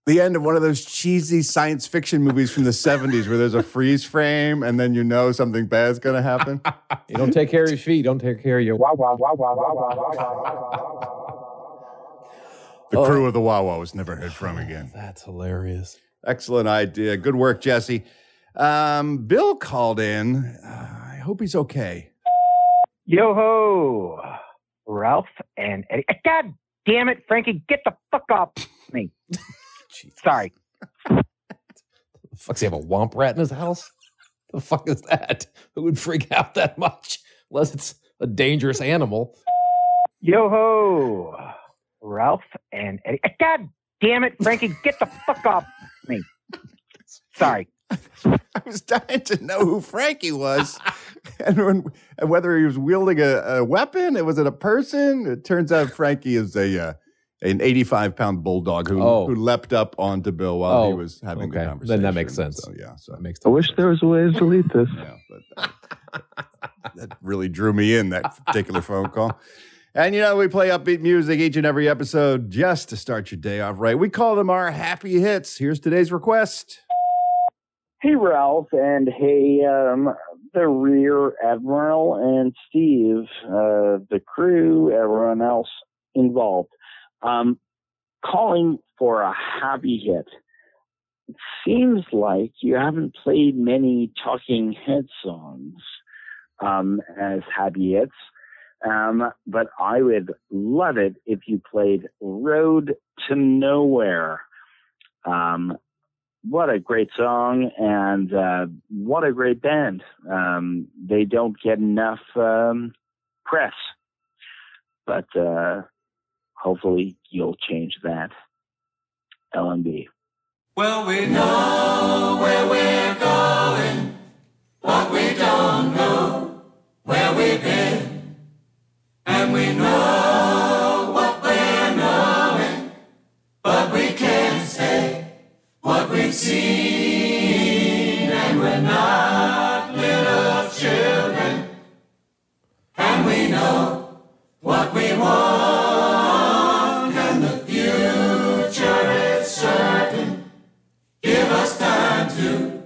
[SPEAKER 2] the end of one of those cheesy science fiction movies from the 70s where there's a freeze frame and then you know something bad's going to happen.
[SPEAKER 3] You don't take care of your feet. Don't take care of your wah wah wah wah wah wah wah.
[SPEAKER 2] *laughs* The crew of the Wawa was never heard from again.
[SPEAKER 3] That's hilarious.
[SPEAKER 2] Excellent idea. Good work, Jesse. Um, Bill called in. Uh, I hope he's okay.
[SPEAKER 13] Yo ho, Ralph and Eddie. God damn it, Frankie, get the fuck off me. Sorry.
[SPEAKER 3] fuck, does he have a womp rat in his house? The fuck is that? Who would freak out that much? Unless it's a dangerous animal.
[SPEAKER 13] Yo ho, Ralph and Eddie. Eh, God damn it, Frankie, get the fuck off me. Sorry.
[SPEAKER 2] *laughs* I was dying to know who Frankie was *laughs* and, when, and whether he was wielding a, a weapon. It was it a person? It turns out Frankie is a uh, an 85 pound bulldog who,
[SPEAKER 3] Oh.
[SPEAKER 2] who leapt up onto Bill while he
[SPEAKER 3] Oh,
[SPEAKER 2] was having the
[SPEAKER 3] okay.
[SPEAKER 2] conversation.
[SPEAKER 3] Then that makes sense.
[SPEAKER 2] So, yeah, so
[SPEAKER 3] That makes
[SPEAKER 6] I wish there was ways to delete this.
[SPEAKER 2] uh, that really drew me in that particular phone call. And you know, we play upbeat music each and every episode just to start your day off right. We call them our happy hits. Here's today's request.
[SPEAKER 14] Hey, Ralph, and hey, um, the Rear Admiral and Steve, uh, the crew, everyone else involved. Um, calling for a happy hit. It seems like you haven't played many Talking Head songs um, as happy hits, um, but I would love it if you played Road to Nowhere. Um, what a great song and uh, what a great band. Um, they don't get enough um, press, but uh, hopefully you'll change that. LMB.
[SPEAKER 5] Well, we know where we're going, but we don't know where we've been. And we know what we're knowing, but we can't say what we've seen. And we're not little children, and we know what we want, and the future is certain. Give us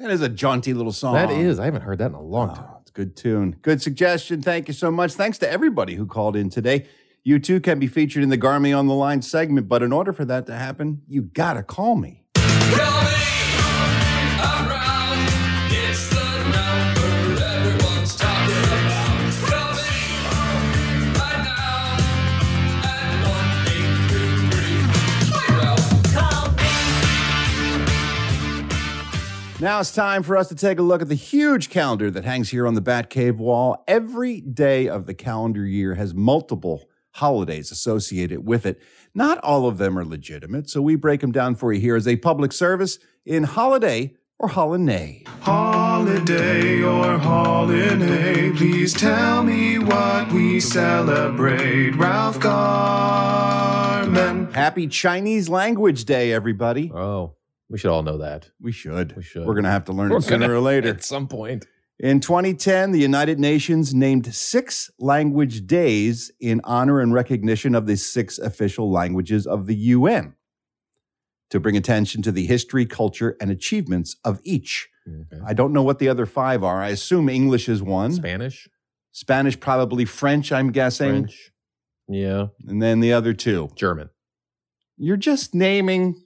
[SPEAKER 2] That is a jaunty little song.
[SPEAKER 3] That is. I haven't heard that in a long
[SPEAKER 2] time. It's a good tune. Good suggestion. Thank you so much. Thanks to everybody who called in today. You too can be featured in the Garmy on the Line segment, but in order for that to happen, you gotta call me.
[SPEAKER 5] It's the number everyone's talking about. Call me right now at 1-833. Hey, Ralph. Call me.
[SPEAKER 2] Now it's time for us to take a look at the huge calendar that hangs here on the Batcave wall. Every day of the calendar year has multiple holidays associated with it. Not all of them are legitimate, so we break them down for you here as a public service in holiday or holiday.
[SPEAKER 5] Holiday or holiday, please tell me what we celebrate. Ralph Garman.
[SPEAKER 2] Happy Chinese Language Day, everybody.
[SPEAKER 3] Oh, we should all know that.
[SPEAKER 2] We should. We
[SPEAKER 3] should.
[SPEAKER 2] We're going to have to learn
[SPEAKER 3] We're
[SPEAKER 2] it sooner
[SPEAKER 3] gonna-
[SPEAKER 2] or later.
[SPEAKER 3] At some point.
[SPEAKER 2] In 2010, the United Nations named six language days in honor and recognition of the six official languages of the UN to bring attention to the history, culture, and achievements of each.
[SPEAKER 3] Mm-hmm.
[SPEAKER 2] I don't know what the other five are. I assume English is one.
[SPEAKER 3] Spanish?
[SPEAKER 2] Spanish, probably French, I'm guessing.
[SPEAKER 3] French. Yeah.
[SPEAKER 2] And then the other two.
[SPEAKER 3] German.
[SPEAKER 2] You're just naming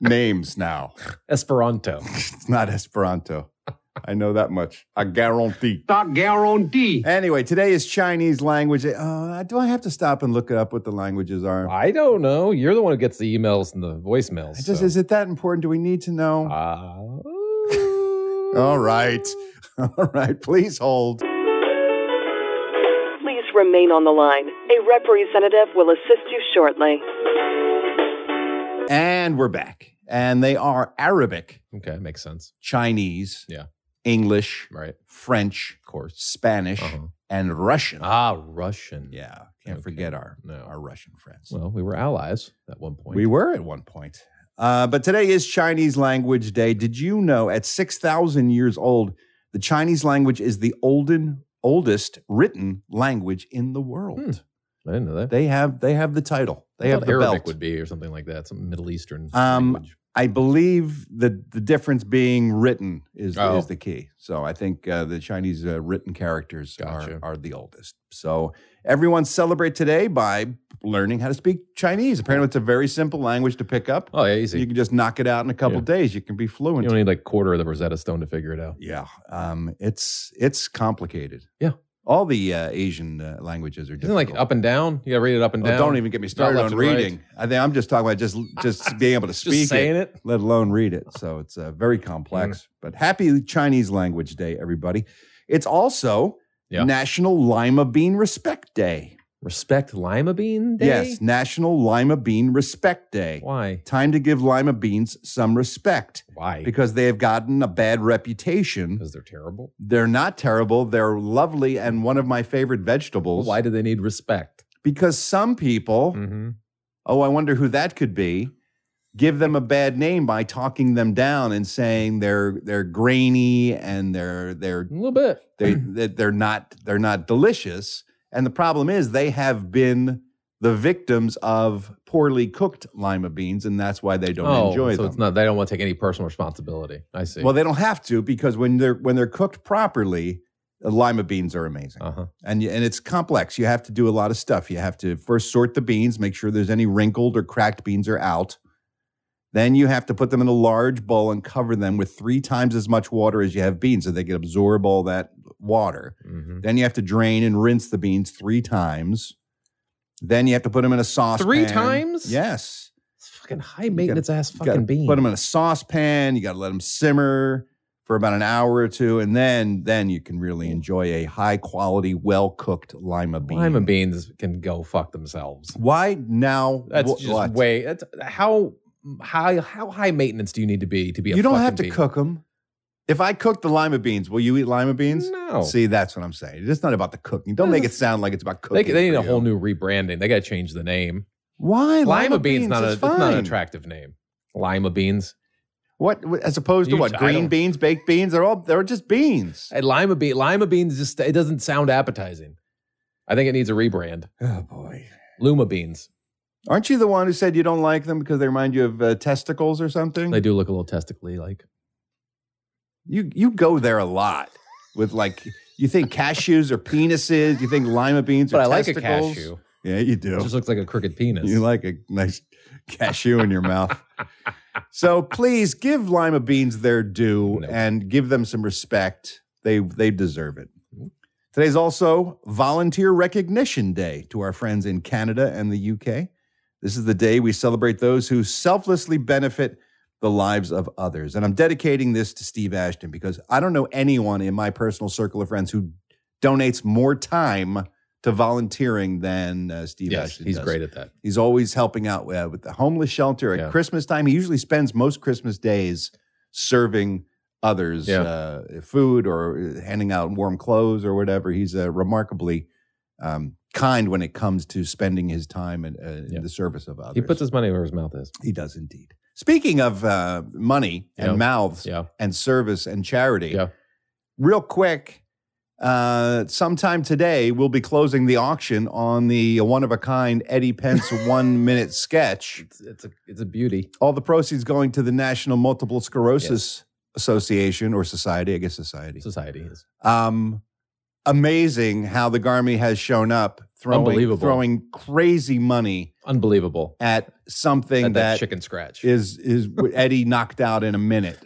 [SPEAKER 2] names now. *laughs*
[SPEAKER 3] Esperanto.
[SPEAKER 2] it's not Esperanto. I know that much. I guarantee. I guarantee. Anyway, today is Chinese language. Uh, do I have to stop and look up what the languages are?
[SPEAKER 3] I don't know. You're the one who gets the emails and the voicemails.
[SPEAKER 2] It just
[SPEAKER 3] so. *laughs* Ah.
[SPEAKER 2] is it that important? Do we need to know? All right. *laughs* All right. Please hold.
[SPEAKER 15] Please remain on the line. A representative will assist you shortly.
[SPEAKER 2] And we're back. And they are Arabic,
[SPEAKER 3] okay, makes sense.
[SPEAKER 2] Chinese,
[SPEAKER 3] Yeah.
[SPEAKER 2] English,
[SPEAKER 3] Right.
[SPEAKER 2] French, of
[SPEAKER 3] course. Uh-huh.
[SPEAKER 2] Spanish, and Russian.
[SPEAKER 3] Ah, Russian.
[SPEAKER 2] Yeah. Can't forget our our Russian friends.
[SPEAKER 3] Well, we were allies at one point.
[SPEAKER 2] We were at one point. Uh, but today is Chinese Language Day. Did you know at 6,000 years old, the Chinese language is the olden, oldest written language in the world?
[SPEAKER 3] I didn't know that.
[SPEAKER 2] They have they have the title. They
[SPEAKER 3] I
[SPEAKER 2] have
[SPEAKER 3] Hmm. thought
[SPEAKER 2] the
[SPEAKER 3] Arabic
[SPEAKER 2] belt.
[SPEAKER 3] would be or something like that, some Middle Eastern.
[SPEAKER 2] Um, I believe the the difference being written is
[SPEAKER 3] Oh.
[SPEAKER 2] is the key. So I think uh, the Chinese uh, written characters are are the oldest. So everyone celebrate today by learning how to speak Chinese. Apparently, it's a very simple language to pick up.
[SPEAKER 3] Oh, yeah, easy.
[SPEAKER 2] You can just knock it out in a couple days. You can be
[SPEAKER 3] you
[SPEAKER 2] fluent.
[SPEAKER 3] don't need like quarter of the Rosetta Stone to figure it out.
[SPEAKER 2] yeah, um, it's it's complicated.
[SPEAKER 3] Yeah.
[SPEAKER 2] all the uh, Asian uh, languages are
[SPEAKER 3] Isn't it
[SPEAKER 2] different.
[SPEAKER 3] like up and down? You gotta read it up and
[SPEAKER 2] Oh,
[SPEAKER 3] down.
[SPEAKER 2] don't even get me
[SPEAKER 3] Not
[SPEAKER 2] started on
[SPEAKER 3] left and right.
[SPEAKER 2] reading. I think I'm just talking about
[SPEAKER 3] *laughs*
[SPEAKER 2] just just being able to speak
[SPEAKER 3] saying it. Mm.
[SPEAKER 2] let alone read it. So it's uh, very complex. But happy Chinese Language Day, everybody! It's also
[SPEAKER 3] Yeah.
[SPEAKER 2] National Lima Bean Respect Day.
[SPEAKER 3] Respect Lima Bean Day?
[SPEAKER 2] Yes, National Lima Bean Respect Day.
[SPEAKER 3] Why?
[SPEAKER 2] Time to give lima beans some respect
[SPEAKER 3] Why?
[SPEAKER 2] because they have gotten a bad reputation.
[SPEAKER 3] Because they're terrible.
[SPEAKER 2] They're not terrible. They're lovely and one of my favorite vegetables.
[SPEAKER 3] Why Mm. do they need respect?
[SPEAKER 2] Because some people,
[SPEAKER 3] Mm-hmm.
[SPEAKER 2] oh, I wonder who that could be, give them a bad name by talking them down and saying they're they're grainy and they're they're
[SPEAKER 3] A little bit. *clears throat*
[SPEAKER 2] they that they're not they're not delicious. And the problem is they have been the victims of poorly cooked lima beans, and that's why they don't
[SPEAKER 3] oh,
[SPEAKER 2] enjoy
[SPEAKER 3] so
[SPEAKER 2] them.
[SPEAKER 3] it's not. They don't want to take any personal responsibility. I see.
[SPEAKER 2] Well, they don't have to because when they're when they're cooked properly, the lima beans are amazing.
[SPEAKER 3] Uh-huh.
[SPEAKER 2] And you, and it's complex. You have to do a lot of stuff. You have to first sort the beans, make sure there's any wrinkled or cracked beans are out. Then you have to put them in a large bowl and cover them with three times as much water as you have beans, so they can absorb all that water.
[SPEAKER 3] Mm-hmm.
[SPEAKER 2] Then you have to drain and rinse the beans three times. Then you have to put them in a saucepan.
[SPEAKER 3] Three times?
[SPEAKER 2] Yes
[SPEAKER 3] fucking high maintenance ass
[SPEAKER 2] you gotta
[SPEAKER 3] fucking bean.
[SPEAKER 2] Put them in a saucepan. You got to let them simmer for about an hour or two, and then then you can really enjoy a high quality, well cooked lima bean.
[SPEAKER 3] Lima beans can go fuck themselves.
[SPEAKER 2] Why now?
[SPEAKER 3] That's
[SPEAKER 2] wh-
[SPEAKER 3] just
[SPEAKER 2] what?
[SPEAKER 3] way. That's how how how high maintenance do you need to be to be? A
[SPEAKER 2] You don't have to
[SPEAKER 3] fucking bean?
[SPEAKER 2] cook them. If I cook the lima beans, will you eat lima beans?
[SPEAKER 3] No.
[SPEAKER 2] See, that's what I'm saying. It's not about the cooking. Don't make it sound like it's about
[SPEAKER 3] They,
[SPEAKER 2] cooking.
[SPEAKER 3] they need
[SPEAKER 2] for
[SPEAKER 3] a
[SPEAKER 2] you.
[SPEAKER 3] whole new rebranding. They got to change the name.
[SPEAKER 2] Why
[SPEAKER 3] Lima,
[SPEAKER 2] lima,
[SPEAKER 3] beans, not a
[SPEAKER 2] is
[SPEAKER 3] it's not an
[SPEAKER 2] fine.
[SPEAKER 3] attractive name. Lima beans.
[SPEAKER 2] What wh- as opposed to
[SPEAKER 3] You-
[SPEAKER 2] what?
[SPEAKER 3] I
[SPEAKER 2] Green
[SPEAKER 3] don't-
[SPEAKER 2] beans, baked beans. They're all they're just beans.
[SPEAKER 3] Hey, lima bean. Lima beans just it doesn't sound appetizing. I think it needs a rebrand.
[SPEAKER 2] Oh boy.
[SPEAKER 3] Luma beans.
[SPEAKER 2] Aren't you the one who said you don't like them because they remind you of uh, testicles or something?
[SPEAKER 3] They do look a little testically like.
[SPEAKER 2] You you go there a lot with like you think cashews are penises. You think lima beans are
[SPEAKER 3] But I like a
[SPEAKER 2] testicles.
[SPEAKER 3] cashew.
[SPEAKER 2] Yeah, you do.
[SPEAKER 3] It just looks like a crooked penis.
[SPEAKER 2] You like a nice cashew in your
[SPEAKER 3] *laughs*
[SPEAKER 2] mouth. So please give lima beans their due and give them some respect. They they deserve it.
[SPEAKER 3] Mm-hmm.
[SPEAKER 2] Today's also Volunteer Recognition Day to our friends in Canada and the UK. This is the day we celebrate those who selflessly benefit the lives of others. And I'm dedicating this to Steve Ashton because I don't know anyone in my personal circle of friends who donates more time to volunteering than uh, Steve
[SPEAKER 3] Yes,
[SPEAKER 2] Ashton.
[SPEAKER 3] he's
[SPEAKER 2] does.
[SPEAKER 3] great at that.
[SPEAKER 2] He's always helping out uh, with the homeless shelter at
[SPEAKER 3] Yeah.
[SPEAKER 2] Christmas time. He usually spends most Christmas days serving others
[SPEAKER 3] Yeah.
[SPEAKER 2] uh, food or uh, handing out warm clothes or whatever. He's uh, remarkably um, kind when it comes to spending his time in, uh, in the service of others.
[SPEAKER 3] He puts his money where his mouth is.
[SPEAKER 2] He does indeed. Speaking of uh, money and
[SPEAKER 3] Yeah.
[SPEAKER 2] mouths and service and charity, real quick, uh, sometime today we'll be closing the auction on the one of a kind Eddie
[SPEAKER 3] *laughs*
[SPEAKER 2] Pence one minute sketch.
[SPEAKER 3] It's a it's a beauty.
[SPEAKER 2] All the proceeds going to the National Multiple Sclerosis Association or Society, I guess Society.
[SPEAKER 3] Society is.
[SPEAKER 2] Um, amazing how the Garmy has shown up, throwing
[SPEAKER 3] Unbelievable.
[SPEAKER 2] throwing crazy money,
[SPEAKER 3] unbelievable,
[SPEAKER 2] at something
[SPEAKER 3] At that
[SPEAKER 2] that
[SPEAKER 3] chicken scratch. *laughs*
[SPEAKER 2] is is what Eddie knocked out in a minute.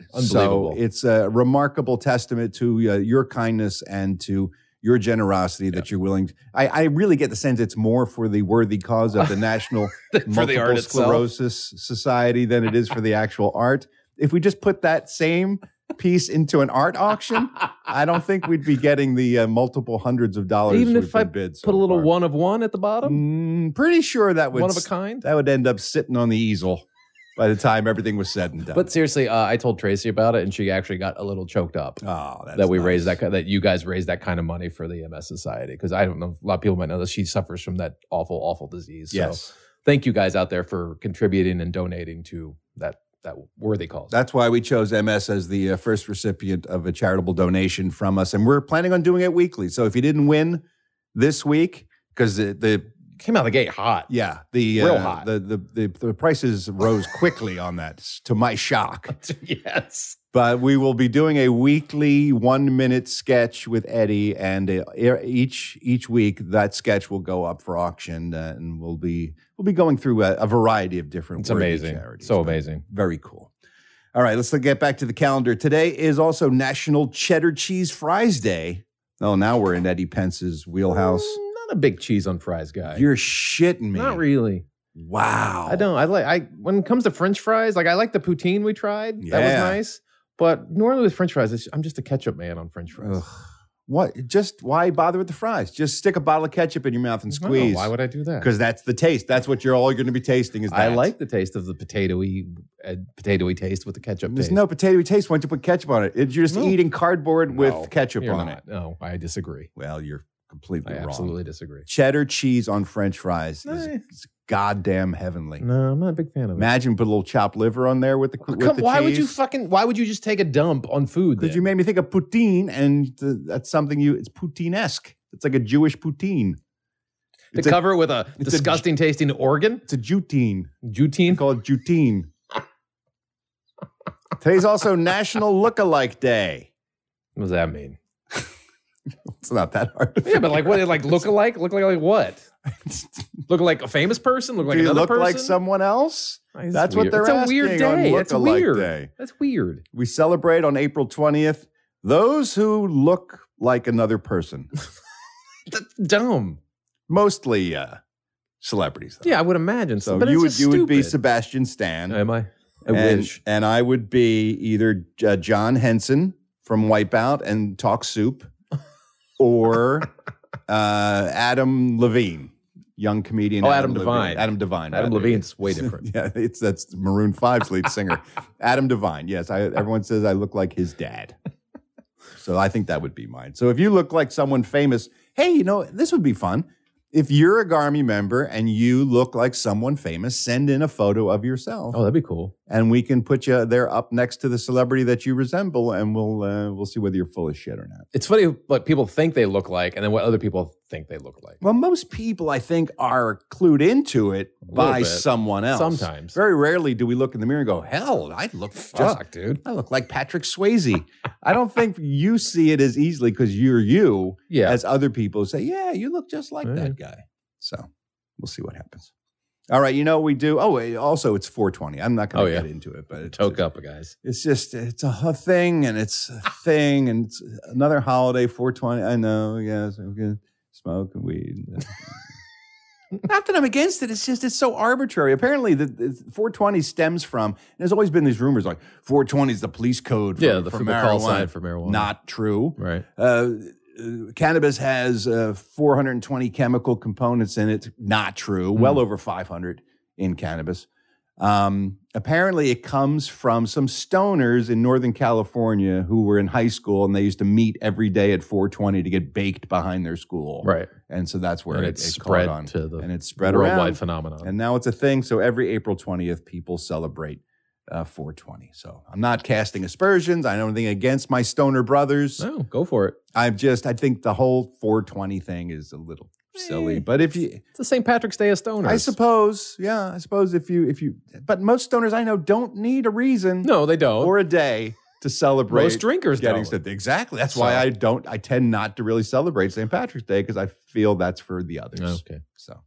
[SPEAKER 2] So
[SPEAKER 3] Unbelievable.
[SPEAKER 2] it's a remarkable testament to uh, your kindness and to your generosity that you're willing. I, I really get the sense it's more for the worthy cause of the
[SPEAKER 3] *laughs*
[SPEAKER 2] National
[SPEAKER 3] the art
[SPEAKER 2] Multiple
[SPEAKER 3] itself.
[SPEAKER 2] Sclerosis Society than it is for the actual art. If we just put that same piece into an art auction, I don't think we'd be getting the uh, multiple hundreds of dollars.
[SPEAKER 3] Even
[SPEAKER 2] we've
[SPEAKER 3] if I
[SPEAKER 2] been bid so
[SPEAKER 3] put a little
[SPEAKER 2] far. Mm,
[SPEAKER 3] one of one at the bottom,
[SPEAKER 2] pretty sure that would
[SPEAKER 3] one of a
[SPEAKER 2] s-
[SPEAKER 3] kind.
[SPEAKER 2] That would end up sitting on the easel by the time everything was said and done.
[SPEAKER 3] But seriously, uh, I told Tracy about it, and she actually got a little choked up.
[SPEAKER 2] Oh, that's
[SPEAKER 3] that we
[SPEAKER 2] nice.
[SPEAKER 3] raised that ki- that you guys raised that kind of money for the MS Society because I don't know a lot of people might know that she suffers from that awful, awful disease.
[SPEAKER 2] Yes.
[SPEAKER 3] So thank you guys out there for contributing and donating to that that worthy cause.
[SPEAKER 2] That's why we chose MS as the uh, first recipient of a charitable donation from us, and we're planning on doing it weekly. So if you didn't win this week, because the, the
[SPEAKER 3] came out of the gate hot,
[SPEAKER 2] yeah, the uh,
[SPEAKER 3] Real hot.
[SPEAKER 2] the, the the the prices rose quickly on that, s- to my shock.
[SPEAKER 3] *laughs* yes.
[SPEAKER 2] But we will be doing a weekly one minute sketch with Eddie, and uh, e- each each week that sketch will go up for auction, uh, and we'll be we'll be going through a, a variety of different.
[SPEAKER 3] It's
[SPEAKER 2] worthy
[SPEAKER 3] amazing.
[SPEAKER 2] charities.
[SPEAKER 3] So amazing.
[SPEAKER 2] Very cool. All right, let's get back to the calendar. Today is also National Cheddar Cheese Fries Day. Oh, now we're in Eddie Pence's wheelhouse.
[SPEAKER 3] Mm, Not a big cheese on fries guy.
[SPEAKER 2] You're Oh. shitting me.
[SPEAKER 3] Not really.
[SPEAKER 2] Wow.
[SPEAKER 3] I don't. I like. I when it comes to French fries, like I like the poutine we tried. That was
[SPEAKER 2] Yeah.
[SPEAKER 3] nice. But normally with French fries, it's- I'm just a ketchup man on French fries.
[SPEAKER 2] Ugh. What? Just why bother with the fries? Just stick a bottle of ketchup in your mouth and
[SPEAKER 3] No,
[SPEAKER 2] squeeze.
[SPEAKER 3] why would I do that?
[SPEAKER 2] Because that's the taste. That's what you're all going to be tasting. Is that.
[SPEAKER 3] I like the taste of the potatoy, uh, potatoy taste with the ketchup
[SPEAKER 2] There's
[SPEAKER 3] taste.
[SPEAKER 2] no potatoy taste once you put ketchup on it. It's- You're just
[SPEAKER 3] No.
[SPEAKER 2] eating cardboard
[SPEAKER 3] No,
[SPEAKER 2] with ketchup
[SPEAKER 3] you're
[SPEAKER 2] on
[SPEAKER 3] not.
[SPEAKER 2] it.
[SPEAKER 3] No, I disagree.
[SPEAKER 2] Well, you're completely
[SPEAKER 3] I
[SPEAKER 2] wrong.
[SPEAKER 3] absolutely disagree.
[SPEAKER 2] Cheddar cheese on French fries is
[SPEAKER 3] Eh.
[SPEAKER 2] goddamn heavenly.
[SPEAKER 3] No, I'm not a big fan of it.
[SPEAKER 2] Imagine put a little chopped liver on there with the, with
[SPEAKER 3] Come,
[SPEAKER 2] the
[SPEAKER 3] why would you
[SPEAKER 2] cheese.
[SPEAKER 3] fucking? Why would you just take a dump on food?
[SPEAKER 2] Because
[SPEAKER 3] Then?
[SPEAKER 2] you made me think of poutine, and th- that's something you. It's poutine-esque. It's like a Jewish poutine.
[SPEAKER 3] to cover it with a
[SPEAKER 2] it's a-
[SPEAKER 3] disgusting tasting organ.
[SPEAKER 2] It's a jutine.
[SPEAKER 3] Jutine
[SPEAKER 2] called
[SPEAKER 3] *laughs*
[SPEAKER 2] jutine. Today's also National Lookalike Day.
[SPEAKER 3] What does that mean?
[SPEAKER 2] it's not that hard. to
[SPEAKER 3] Yeah, but like what?
[SPEAKER 2] *laughs*
[SPEAKER 3] Like look alike? Look like, like what? look like a famous person? Look like
[SPEAKER 2] Do you
[SPEAKER 3] another
[SPEAKER 2] look
[SPEAKER 3] person?
[SPEAKER 2] like someone else?
[SPEAKER 3] It's
[SPEAKER 2] That's what
[SPEAKER 3] weird.
[SPEAKER 2] they're
[SPEAKER 3] It's a
[SPEAKER 2] asking
[SPEAKER 3] weird day.
[SPEAKER 2] on
[SPEAKER 3] It's
[SPEAKER 2] Lookalike
[SPEAKER 3] weird.
[SPEAKER 2] Day.
[SPEAKER 3] That's weird.
[SPEAKER 2] We celebrate on April 20th those who look like another person.
[SPEAKER 3] That's dumb.
[SPEAKER 2] Mostly uh, celebrities.
[SPEAKER 3] Yeah, I would imagine so.
[SPEAKER 2] So
[SPEAKER 3] but
[SPEAKER 2] you would
[SPEAKER 3] it's just
[SPEAKER 2] you would be
[SPEAKER 3] stupid.
[SPEAKER 2] Sebastian Stan.
[SPEAKER 3] Am I? I
[SPEAKER 2] and,
[SPEAKER 3] wish.
[SPEAKER 2] And I would be either uh, John Henson from Wipeout and Talk
[SPEAKER 3] *laughs*
[SPEAKER 2] Soup, or uh, Adam Levine, young comedian.
[SPEAKER 3] Oh, Adam
[SPEAKER 2] Levine.
[SPEAKER 3] Devine.
[SPEAKER 2] Adam Devine.
[SPEAKER 3] Adam
[SPEAKER 2] rather.
[SPEAKER 3] Levine's way different.
[SPEAKER 2] *laughs* yeah, it's that's Maroon 5's lead *laughs* singer, Adam Devine. Yes, I, everyone says I look like his dad. So I think that would be mine. So if you look like someone famous, hey, you know, this would be fun. If you're a Garmy member and you look like someone famous, send in a photo of yourself
[SPEAKER 3] Oh, that'd be cool.
[SPEAKER 2] and we can put you there up next to the celebrity that you resemble, and we'll uh, we'll see whether you're full of shit or not.
[SPEAKER 3] It's funny what people think they look like, and then what other people think they look like.
[SPEAKER 2] Well, most people I think are clued into it
[SPEAKER 3] little
[SPEAKER 2] by
[SPEAKER 3] bit.
[SPEAKER 2] someone else.
[SPEAKER 3] Sometimes.
[SPEAKER 2] very rarely do we look in the mirror and go, "Hell, I look
[SPEAKER 3] Fuck,
[SPEAKER 2] just-
[SPEAKER 3] dude.
[SPEAKER 2] I look like Patrick Swayze. I don't think you see it as easily because you're you
[SPEAKER 3] Yeah.
[SPEAKER 2] as other people say, yeah, you look just like that guy. So we'll see what happens. All right, you know we do. Oh, eh, also it's 420. I'm not going
[SPEAKER 3] Oh,
[SPEAKER 2] to
[SPEAKER 3] yeah.
[SPEAKER 2] get into it, but it's,
[SPEAKER 3] Toke up, guys.
[SPEAKER 2] it's just it's a hu- thing and it's a thing and it's another holiday 420. I know, yes, we can smoke and weed.
[SPEAKER 3] *laughs*
[SPEAKER 2] not that I'm against it. It's just it's so arbitrary. Apparently, the, the 420 stems from. And there's always been these rumors like 420 is the police code. For,
[SPEAKER 3] Yeah, the
[SPEAKER 2] for
[SPEAKER 3] f- the
[SPEAKER 2] marijuana.
[SPEAKER 3] call sign for marijuana.
[SPEAKER 2] Not true.
[SPEAKER 3] Right.
[SPEAKER 2] Uh, uh, cannabis has uh, 420 chemical components in it. Not
[SPEAKER 3] Hmm.
[SPEAKER 2] true. Well over 500 in cannabis. Um, apparently, it comes from some stoners in Northern California who were in high school and they used to meet every day at 420 to get baked behind their school.
[SPEAKER 3] Right.
[SPEAKER 2] And so that's where
[SPEAKER 3] And
[SPEAKER 2] it,
[SPEAKER 3] it
[SPEAKER 2] it caught
[SPEAKER 3] spread
[SPEAKER 2] on.
[SPEAKER 3] to the
[SPEAKER 2] and it spread
[SPEAKER 3] worldwide
[SPEAKER 2] around.
[SPEAKER 3] phenomenon.
[SPEAKER 2] And now it's a thing. So every April 20th, people celebrate uh, 420. So I'm not casting aspersions. I know anything against my stoner brothers.
[SPEAKER 3] No, go for it.
[SPEAKER 2] I've just, I think the whole 420 thing is a little
[SPEAKER 3] Eh,
[SPEAKER 2] silly. But if you,
[SPEAKER 3] It's the St. Patrick's Day of stoners.
[SPEAKER 2] I suppose, yeah, I suppose if you, if you, but most stoners I know don't need a reason
[SPEAKER 3] no, they don't.
[SPEAKER 2] or a day to celebrate.
[SPEAKER 3] Most drinkers
[SPEAKER 2] getting
[SPEAKER 3] don't.
[SPEAKER 2] stoned. Exactly. That's why I don't, I tend not to really celebrate St. Patrick's Day because I feel that's for the others.
[SPEAKER 3] Okay.
[SPEAKER 2] So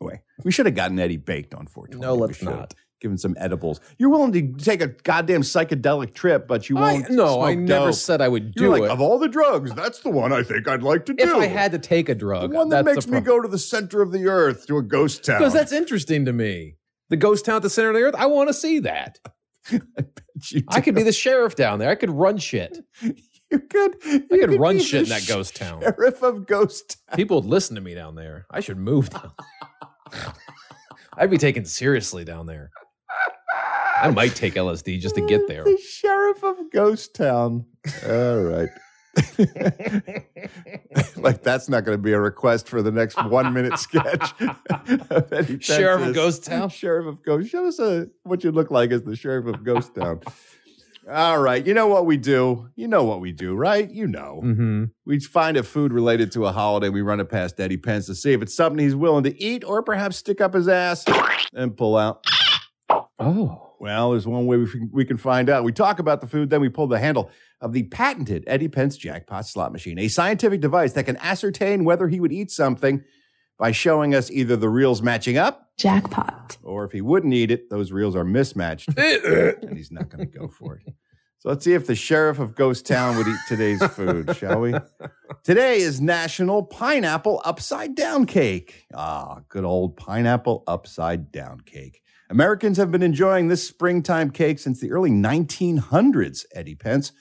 [SPEAKER 2] anyway, we should have gotten Eddie baked on 420.
[SPEAKER 3] No,
[SPEAKER 2] We
[SPEAKER 3] let's
[SPEAKER 2] should have
[SPEAKER 3] not.
[SPEAKER 2] Given some edibles. You're willing to take a goddamn psychedelic trip, but you
[SPEAKER 3] I,
[SPEAKER 2] won't.
[SPEAKER 3] no, I
[SPEAKER 2] smoke
[SPEAKER 3] never
[SPEAKER 2] dope.
[SPEAKER 3] said I would do
[SPEAKER 2] You're like,
[SPEAKER 3] it.
[SPEAKER 2] of all the drugs, that's the one I think I'd like to do.
[SPEAKER 3] if I had to take a
[SPEAKER 2] the
[SPEAKER 3] drug,
[SPEAKER 2] one that
[SPEAKER 3] that's
[SPEAKER 2] makes
[SPEAKER 3] the
[SPEAKER 2] me
[SPEAKER 3] problem.
[SPEAKER 2] go to the center of the earth to a ghost town. *laughs*
[SPEAKER 3] because that's interesting to me. The ghost town at the center of the earth. I want to see that. I could
[SPEAKER 2] *laughs*
[SPEAKER 3] be the sheriff down there. I could run shit.
[SPEAKER 2] you could, you
[SPEAKER 3] I could, run
[SPEAKER 2] be
[SPEAKER 3] shit in
[SPEAKER 2] the
[SPEAKER 3] that ghost town.
[SPEAKER 2] Sheriff of ghost town.
[SPEAKER 3] People would listen to me down there. I should move down. I'd be taken seriously down there. I might take LSD just to
[SPEAKER 2] *laughs*
[SPEAKER 3] get there.
[SPEAKER 2] The sheriff of ghost town. All *laughs* right. like that's not going to be a request for the next one minute *laughs* sketch. of Eddie
[SPEAKER 3] Sheriff of
[SPEAKER 2] Pence's-
[SPEAKER 3] Ghost
[SPEAKER 2] *laughs*
[SPEAKER 3] Town?
[SPEAKER 2] Sheriff of Ghost. Show us uh what you look like as the sheriff of Ghost Town. All right. You know what we do. You know what we do, right? You know.
[SPEAKER 3] Mm-hmm.
[SPEAKER 2] We find a food related to a holiday. We run it past Eddie Pence to see if it's something he's willing to eat or perhaps stick up his ass and pull out.
[SPEAKER 3] Oh.
[SPEAKER 2] Well, there's one way we can, we can find out. We talk about the food, then we pull the handle of the patented Eddie Pence jackpot slot machine, a scientific device that can ascertain whether he would eat something by showing us either the reels matching up,
[SPEAKER 16] Jackpot.
[SPEAKER 2] or if he wouldn't eat it, those reels are mismatched and he's not going to go for it. So let's see if the sheriff of Ghost Town would eat today's food, shall we? Today is National Pineapple Upside Down Cake. Ah, good old pineapple upside down cake. Americans have been enjoying this springtime cake since the early 1900s, Eddie Pence,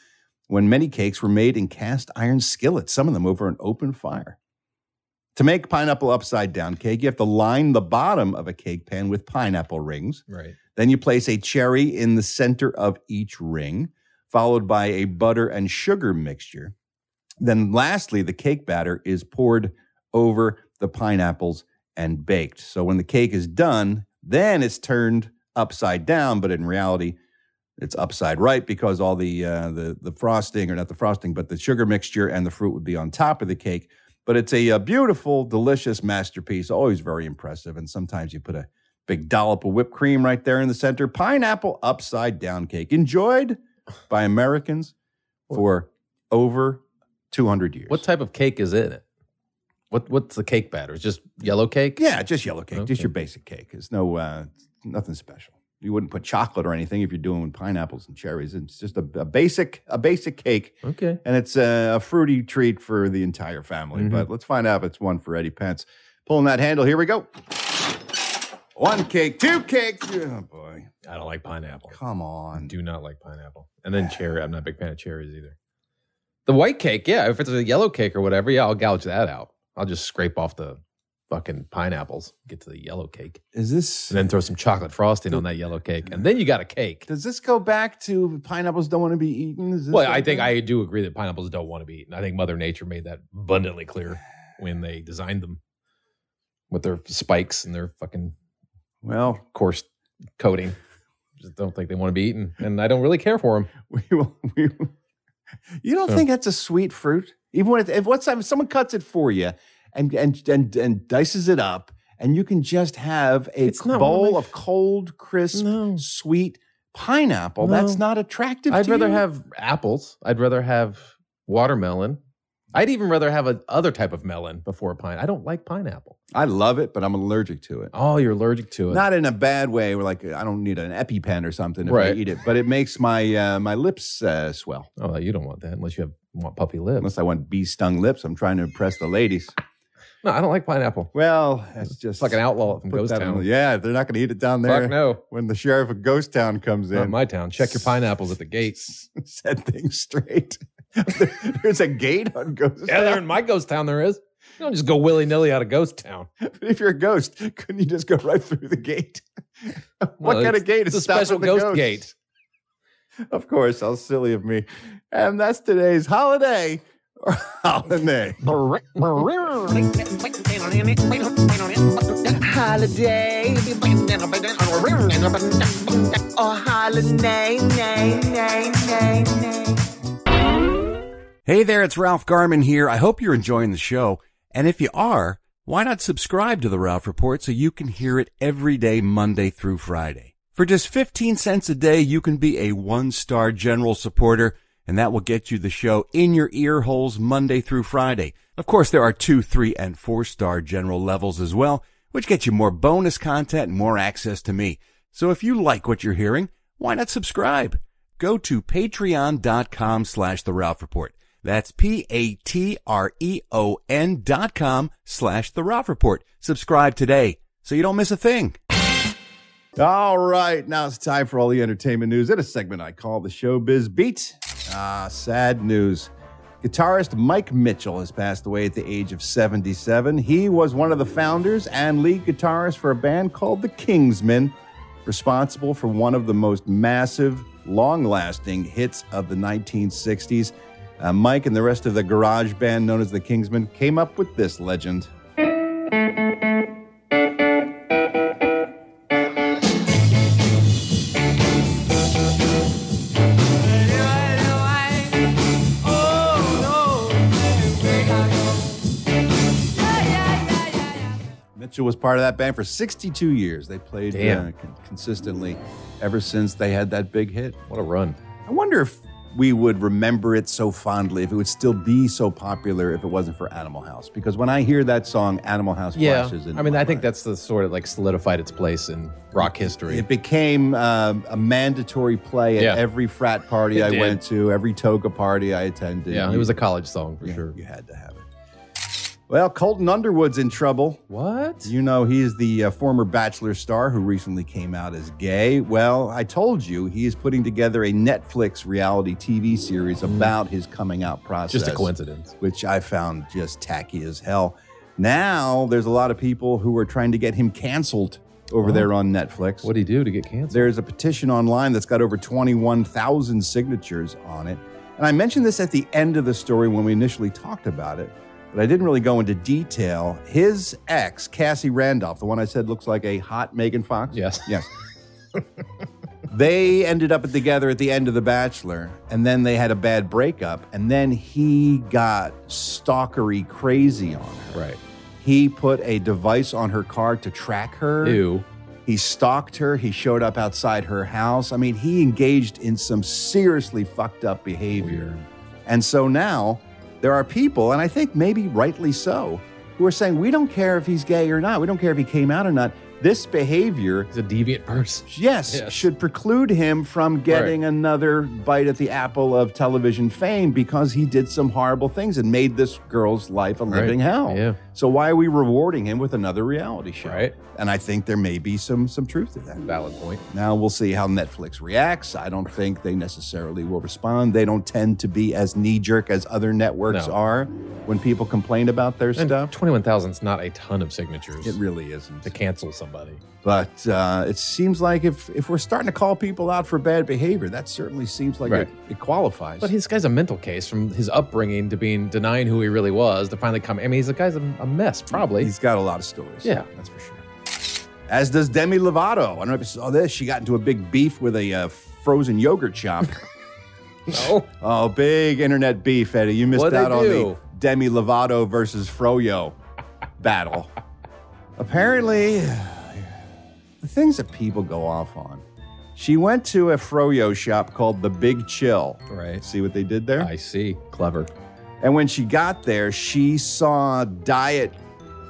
[SPEAKER 2] when many cakes were made in cast iron skillets, some of them over an open fire. To make pineapple upside down cake, you have to line the bottom of a cake pan with pineapple rings.
[SPEAKER 3] Right.
[SPEAKER 2] Then you place a cherry in the center of each ring, followed by a butter and sugar mixture. Then, lastly, the cake batter is poured over the pineapples and baked. So, when the cake is done, then it's turned upside down, but in reality, it's upside right because all the uh, the the frosting, or not the frosting, but the sugar mixture and the fruit would be on top of the cake. But it's a, uh beautiful, delicious masterpiece. Always very impressive. And sometimes you put a big dollop of whipped cream right there in the center. Pineapple upside down cake, enjoyed by Americans for over 200 years.
[SPEAKER 3] What type of cake is in it? What What's the cake batter? It's just yellow cake?
[SPEAKER 2] Yeah, just yellow cake, just
[SPEAKER 3] Okay.
[SPEAKER 2] your basic cake. It's no uh, nothing special. You wouldn't put chocolate or anything if you're doing with pineapples and cherries. It's just a, a basic a basic cake.
[SPEAKER 3] Okay.
[SPEAKER 2] and it's a, a fruity treat for the entire family.
[SPEAKER 3] Mhm.
[SPEAKER 2] But let's find out if it's one for Eddie Pence. Pulling that handle. Here we go. One cake, two cakes. Oh boy,
[SPEAKER 3] I don't like pineapple.
[SPEAKER 2] come on.
[SPEAKER 3] Do not like pineapple. And then cherry. I'm not a big fan of cherries either. The white cake, yeah. If it's a yellow cake or whatever, yeah, I'll gouge that out. I'll just scrape off the fucking pineapples, get to the yellow cake,
[SPEAKER 2] Is this?
[SPEAKER 3] and then throw some chocolate frosting on that yellow cake. And then you got a cake.
[SPEAKER 2] Does this go back to pineapples don't want to be eaten? Is this
[SPEAKER 3] Well, I think
[SPEAKER 2] something?
[SPEAKER 3] I do agree that pineapples don't want to be eaten. I think Mother Nature made that abundantly clear when they designed them with their spikes and their fucking
[SPEAKER 2] Well,
[SPEAKER 3] coarse coating. Just don't think they want to be eaten, and I don't really care for them.
[SPEAKER 2] we *laughs* will. We will. You don't
[SPEAKER 3] So-
[SPEAKER 2] think that's a sweet fruit? Even when it, if what's if someone cuts it for you and and and and dices it up, and you can just have a
[SPEAKER 3] It's not
[SPEAKER 2] bowl
[SPEAKER 3] really-
[SPEAKER 2] of cold, crisp,
[SPEAKER 3] No.
[SPEAKER 2] sweet pineapple. That's
[SPEAKER 3] No.
[SPEAKER 2] not attractive.
[SPEAKER 3] I'd
[SPEAKER 2] to
[SPEAKER 3] rather
[SPEAKER 2] you?
[SPEAKER 3] have apples. I'd rather have watermelon. I'd even rather have a other type of melon before pine. I don't like pineapple.
[SPEAKER 2] I love it, but I'm allergic to it.
[SPEAKER 3] Oh, you're allergic to it.
[SPEAKER 2] Not in a bad way. We're like, I don't need an EpiPen or something if
[SPEAKER 3] Right.
[SPEAKER 2] I eat it, but it makes my uh, my lips uh, swell.
[SPEAKER 3] Oh, you don't want that unless you have want puppy lips.
[SPEAKER 2] Unless I want bee stung lips, I'm trying to impress the ladies.
[SPEAKER 3] No, I don't like pineapple.
[SPEAKER 2] Well, that's just
[SPEAKER 3] like an outlaw from
[SPEAKER 2] Put
[SPEAKER 3] Ghost
[SPEAKER 2] that
[SPEAKER 3] Town.
[SPEAKER 2] on the- yeah, they're not going to eat it down there.
[SPEAKER 3] Fuck no.
[SPEAKER 2] When the sheriff of Ghost Town comes in, *laughs*
[SPEAKER 3] Not my town. Check your pineapples at the gate.
[SPEAKER 2] set things straight. *laughs* There's a gate on Ghost
[SPEAKER 3] Yeah, there
[SPEAKER 2] Town.
[SPEAKER 3] in my ghost town there is. You don't just go willy nilly out of
[SPEAKER 2] *laughs*
[SPEAKER 3] ghost town.
[SPEAKER 2] But if you're a ghost, couldn't you just go right through the gate? *laughs* what
[SPEAKER 3] Well,
[SPEAKER 2] kind
[SPEAKER 3] it's-
[SPEAKER 2] of gate
[SPEAKER 3] it's
[SPEAKER 2] is
[SPEAKER 3] a
[SPEAKER 2] stopping
[SPEAKER 3] special
[SPEAKER 2] the
[SPEAKER 3] ghost
[SPEAKER 2] ghosts?
[SPEAKER 3] gate.
[SPEAKER 2] Of course, how silly of me. And that's today's holiday *laughs* or holiday.
[SPEAKER 5] Holiday. Oh, holiday, nay, nay, nay, nay.
[SPEAKER 17] Hey there, it's Ralph Garman here. I hope you're enjoying the show. And if you are, why not subscribe to The Ralph Report so you can hear it every day, Monday through Friday? For just 15 cents a day, you can be a one-star general supporter, and that will get you the show in your ear holes Monday through Friday. Of course, there are two, three, and four-star general levels as well, which get you more bonus content and more access to me. So if you like what you're hearing, why not subscribe? Go to patreon.com slash The Ralph Report. That's P-A-T-R-E-O-N E dot com slash The Ralph Report. Subscribe today so you don't miss a thing.
[SPEAKER 2] All right, now it's time for all the entertainment news. In a segment I call the Showbiz Beat. Ah, sad news. Guitarist Mike Mitchell has passed away at the age of 77. He was one of the founders and lead guitarist for a band called the Kingsmen, responsible for one of the most massive, long lasting hits of the 1960s. Uh, Mike and the rest of the garage band known as the Kingsmen came up with this legend. Mitchell was part of that band for 62 years. They played
[SPEAKER 3] Damn.
[SPEAKER 2] uh, con- consistently ever since they had that big hit.
[SPEAKER 3] What a run.
[SPEAKER 2] I wonder if we would remember it so fondly, if it would still be so popular if it wasn't for Animal House. Because when I hear that song, Animal House
[SPEAKER 3] Yeah.
[SPEAKER 2] flashes in.
[SPEAKER 3] I mean, I think that's the sort of like solidified its place in rock history.
[SPEAKER 2] It became uh, a mandatory play at
[SPEAKER 3] Yeah.
[SPEAKER 2] every frat party
[SPEAKER 3] It
[SPEAKER 2] I
[SPEAKER 3] did.
[SPEAKER 2] went to, every toga party I attended.
[SPEAKER 3] yeah, it
[SPEAKER 2] You-
[SPEAKER 3] was a college song for
[SPEAKER 2] yeah,
[SPEAKER 3] sure.
[SPEAKER 2] You had to have it. Well, Colton Underwood's in trouble.
[SPEAKER 3] What?
[SPEAKER 2] You know, he is the uh, former Bachelor star who recently came out as gay. Well, I told you he is putting together a Netflix reality TV series about his coming out process.
[SPEAKER 3] Hmm. Just a coincidence.
[SPEAKER 2] Which I found just tacky as hell. Now, there's a lot of people who are trying to get him canceled over
[SPEAKER 3] Wow.
[SPEAKER 2] there on Netflix.
[SPEAKER 3] What do you do to get canceled?
[SPEAKER 2] There's a petition online that's got over 21,000 signatures on it. And I mentioned this at the end of the story when we initially talked about it, but I didn't really go into detail. His ex, Cassie Randolph, the one I said looks like a hot Megan Fox.
[SPEAKER 3] Yes.
[SPEAKER 2] Yes. they ended up together at the end of The Bachelor, and then they had a bad breakup, and then he got stalkery crazy on her.
[SPEAKER 3] Right.
[SPEAKER 2] He put a device on her car to track her.
[SPEAKER 3] Ew.
[SPEAKER 2] He stalked her. He showed up outside her house. I mean, he engaged in some seriously fucked up behavior. And so now there are people, and I think maybe rightly so, who are saying, we don't care if he's gay or not. We don't care if he came out or not. This behavior,
[SPEAKER 3] He's a deviant person.
[SPEAKER 2] yes,
[SPEAKER 3] Yes.
[SPEAKER 2] should preclude him from getting another bite at the apple of television fame because he did some horrible things and made this girl's life a living hell.
[SPEAKER 3] Yeah.
[SPEAKER 2] So why are we rewarding him with another reality show?
[SPEAKER 3] Right.
[SPEAKER 2] And I think there may be some some truth to that.
[SPEAKER 3] Valid point.
[SPEAKER 2] Now we'll see how Netflix reacts. I don't think they necessarily will respond. They don't tend to be as knee jerk as other networks
[SPEAKER 3] No.
[SPEAKER 2] are when people complain about their
[SPEAKER 3] And
[SPEAKER 2] stuff.
[SPEAKER 3] 21,000 is not a ton of signatures
[SPEAKER 2] uh, It really isn't.
[SPEAKER 3] to cancel somebody.
[SPEAKER 2] But uh, it seems like if, if we're starting to call people out for bad behavior, that certainly seems like
[SPEAKER 3] Right.
[SPEAKER 2] it, it qualifies.
[SPEAKER 3] But this guy's a mental case from his upbringing to being denying who he really was to finally come. I mean, he's a guy's a, a mess, probably.
[SPEAKER 2] He's got a lot of stories.
[SPEAKER 3] Yeah.
[SPEAKER 2] that's for sure. As does Demi Lovato. I don't know if you saw this. She got into a big beef with a uh, frozen yogurt
[SPEAKER 3] *laughs*
[SPEAKER 2] shop.
[SPEAKER 3] no.
[SPEAKER 2] Oh, big internet beef, Eddie. You missed
[SPEAKER 3] What'd they
[SPEAKER 2] out on the
[SPEAKER 3] do?
[SPEAKER 2] Demi Lovato versus Froyo battle. Apparently, the things that people go off on. She went to a froyo shop called The Big Chill.
[SPEAKER 3] Right.
[SPEAKER 2] See what they did there? I
[SPEAKER 3] see. Clever.
[SPEAKER 2] And when she got there, she saw diet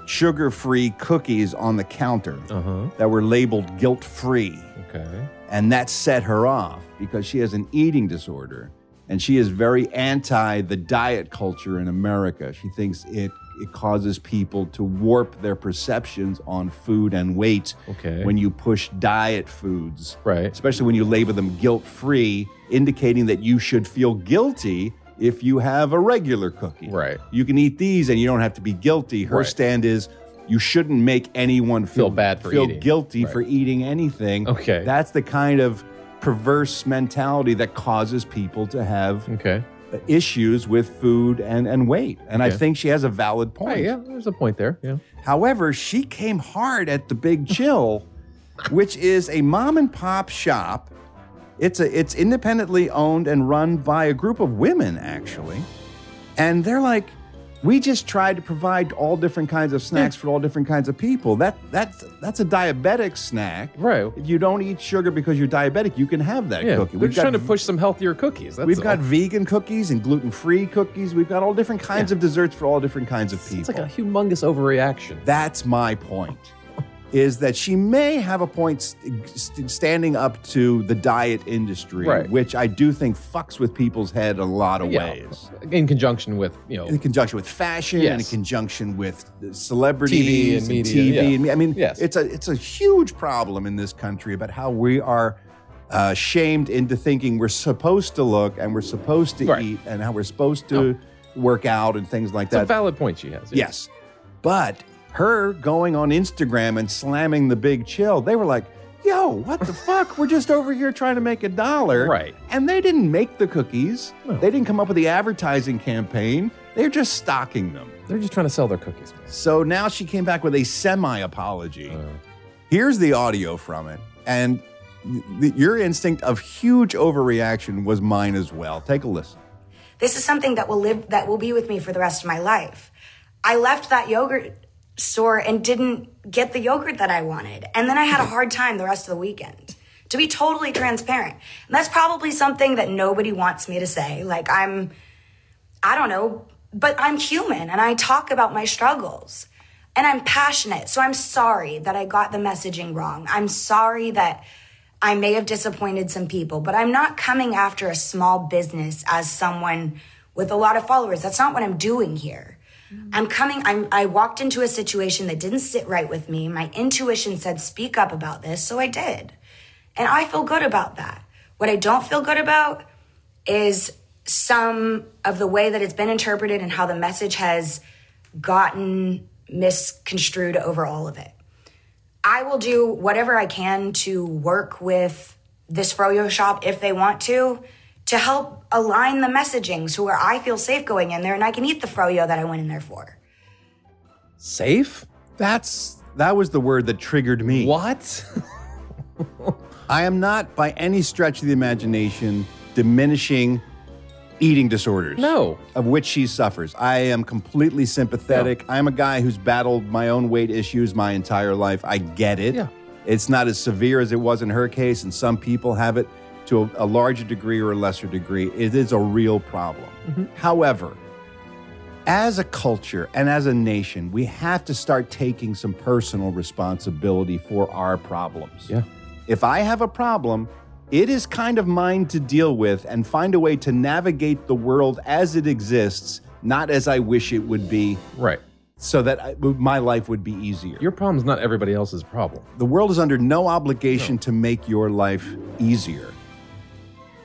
[SPEAKER 2] sugar free cookies on the counter
[SPEAKER 3] Uh-huh.
[SPEAKER 2] that were labeled guilt free.
[SPEAKER 3] Okay.
[SPEAKER 2] And that set her off because she has an eating disorder and she is very anti the diet culture in America. She thinks it it causes people to warp their perceptions on food and weight
[SPEAKER 3] Okay.
[SPEAKER 2] when you push diet foods.
[SPEAKER 3] Right.
[SPEAKER 2] Especially when you label them guilt free, indicating that you should feel guilty if you have a regular cookie. Right. You can eat these and you don't have to be guilty. Her
[SPEAKER 3] Right.
[SPEAKER 2] stand is you shouldn't make anyone feel,
[SPEAKER 3] Feel bad for
[SPEAKER 2] feel
[SPEAKER 3] eating.
[SPEAKER 2] guilty
[SPEAKER 3] Right.
[SPEAKER 2] for eating anything.
[SPEAKER 3] Okay.
[SPEAKER 2] That's the kind of perverse mentality that causes people to have
[SPEAKER 3] okay.
[SPEAKER 2] issues with food and, and weight. And I
[SPEAKER 3] Okay.
[SPEAKER 2] think she has a valid point.
[SPEAKER 3] Hey, yeah, there's a point there. Yeah.
[SPEAKER 2] However, she came hard at the Big
[SPEAKER 3] *laughs*
[SPEAKER 2] Chill, which is a mom and pop shop. It's a it's independently owned and run by a group of women actually. And they're like we just tried to provide all different kinds of snacks for all different kinds of people. That that's that's a diabetic snack.
[SPEAKER 3] Right.
[SPEAKER 2] If you don't eat sugar because you're diabetic, you can have that
[SPEAKER 3] yeah.
[SPEAKER 2] cookie.
[SPEAKER 3] We're
[SPEAKER 2] We've got
[SPEAKER 3] trying to push some healthier cookies. That's
[SPEAKER 2] We've
[SPEAKER 3] all.
[SPEAKER 2] got vegan cookies and gluten free cookies. We've got all different kinds of desserts for all different kinds of people. It's like a
[SPEAKER 3] humongous overreaction.
[SPEAKER 2] That's my point. Is that she may have a point st- st- standing up to the diet industry,
[SPEAKER 3] Right.
[SPEAKER 2] which I do think fucks with people's head a lot of
[SPEAKER 3] Yeah.
[SPEAKER 2] ways.
[SPEAKER 3] in conjunction with you know
[SPEAKER 2] In conjunction with fashion, and in
[SPEAKER 3] Yes.
[SPEAKER 2] conjunction with celebrities,
[SPEAKER 3] TV and media,
[SPEAKER 2] TV
[SPEAKER 3] yeah.
[SPEAKER 2] and me- I mean,
[SPEAKER 3] Yes.
[SPEAKER 2] it's a it's a huge problem in this country about how we are uh, shamed into thinking we're supposed to look and we're supposed to eat and how we're supposed to work out and things like
[SPEAKER 3] it's a
[SPEAKER 2] that.
[SPEAKER 3] valid point she has.
[SPEAKER 2] Yes. But her going on Instagram and slamming the big chill, they were like, yo, what the fuck? We're just over here trying to make a dollar.
[SPEAKER 3] Right.
[SPEAKER 2] And they didn't make the cookies, they didn't come up with the advertising campaign. They're just stocking them.
[SPEAKER 3] They're just trying to sell their cookies.
[SPEAKER 2] So now she came back with a semi apology. Here's the audio from it. And th- your instinct of huge overreaction was mine as well. Take a listen.
[SPEAKER 16] this is something that will live that will be with me for the rest of my life i left that yogurt store and didn't get the yogurt that i wanted and then i had a hard time the rest of the weekend to be totally transparent and that's probably something that nobody wants me to say like i'm i don't know but i'm human and i talk about my struggles and i'm passionate so i'm sorry that i got the messaging wrong i'm sorry that I may have disappointed some people, but I'm not coming after a small business as someone with a lot of followers. That's not what I'm doing here. I'm coming, I'm, I walked into a situation that didn't sit right with me. My intuition said, speak up about this, so I did. And I feel good about that. What I don't feel good about is some of the way that it's been interpreted and how the message has gotten misconstrued over all of it. I will do whatever I can to work with this froyo shop if they want to, to help align the messaging so where I feel safe going in there and I can eat the froyo that I went in there for.
[SPEAKER 2] Safe? That's that was the word that triggered me.
[SPEAKER 3] What? *laughs*
[SPEAKER 2] I am not by any stretch of the imagination diminishing eating disorders.
[SPEAKER 3] No.
[SPEAKER 2] Of which she suffers. I am completely sympathetic. I'm a guy who's battled my own weight issues my entire life. I get it.
[SPEAKER 3] Yeah.
[SPEAKER 2] It's not as severe as it was in her case, and some people have it to a, a larger degree or a lesser degree. It is a real problem.
[SPEAKER 3] Mm-hmm.
[SPEAKER 2] However, as a culture and as a nation, we have to start taking some personal responsibility for our problems. Yeah. If I have a problem, it is kind of mine to deal with and find a way to navigate the world as it exists, not as I wish it would be.
[SPEAKER 3] Right.
[SPEAKER 2] So that I, my life would be easier.
[SPEAKER 3] Your problem's not everybody else's problem.
[SPEAKER 2] The world is under no obligation to make your life easier.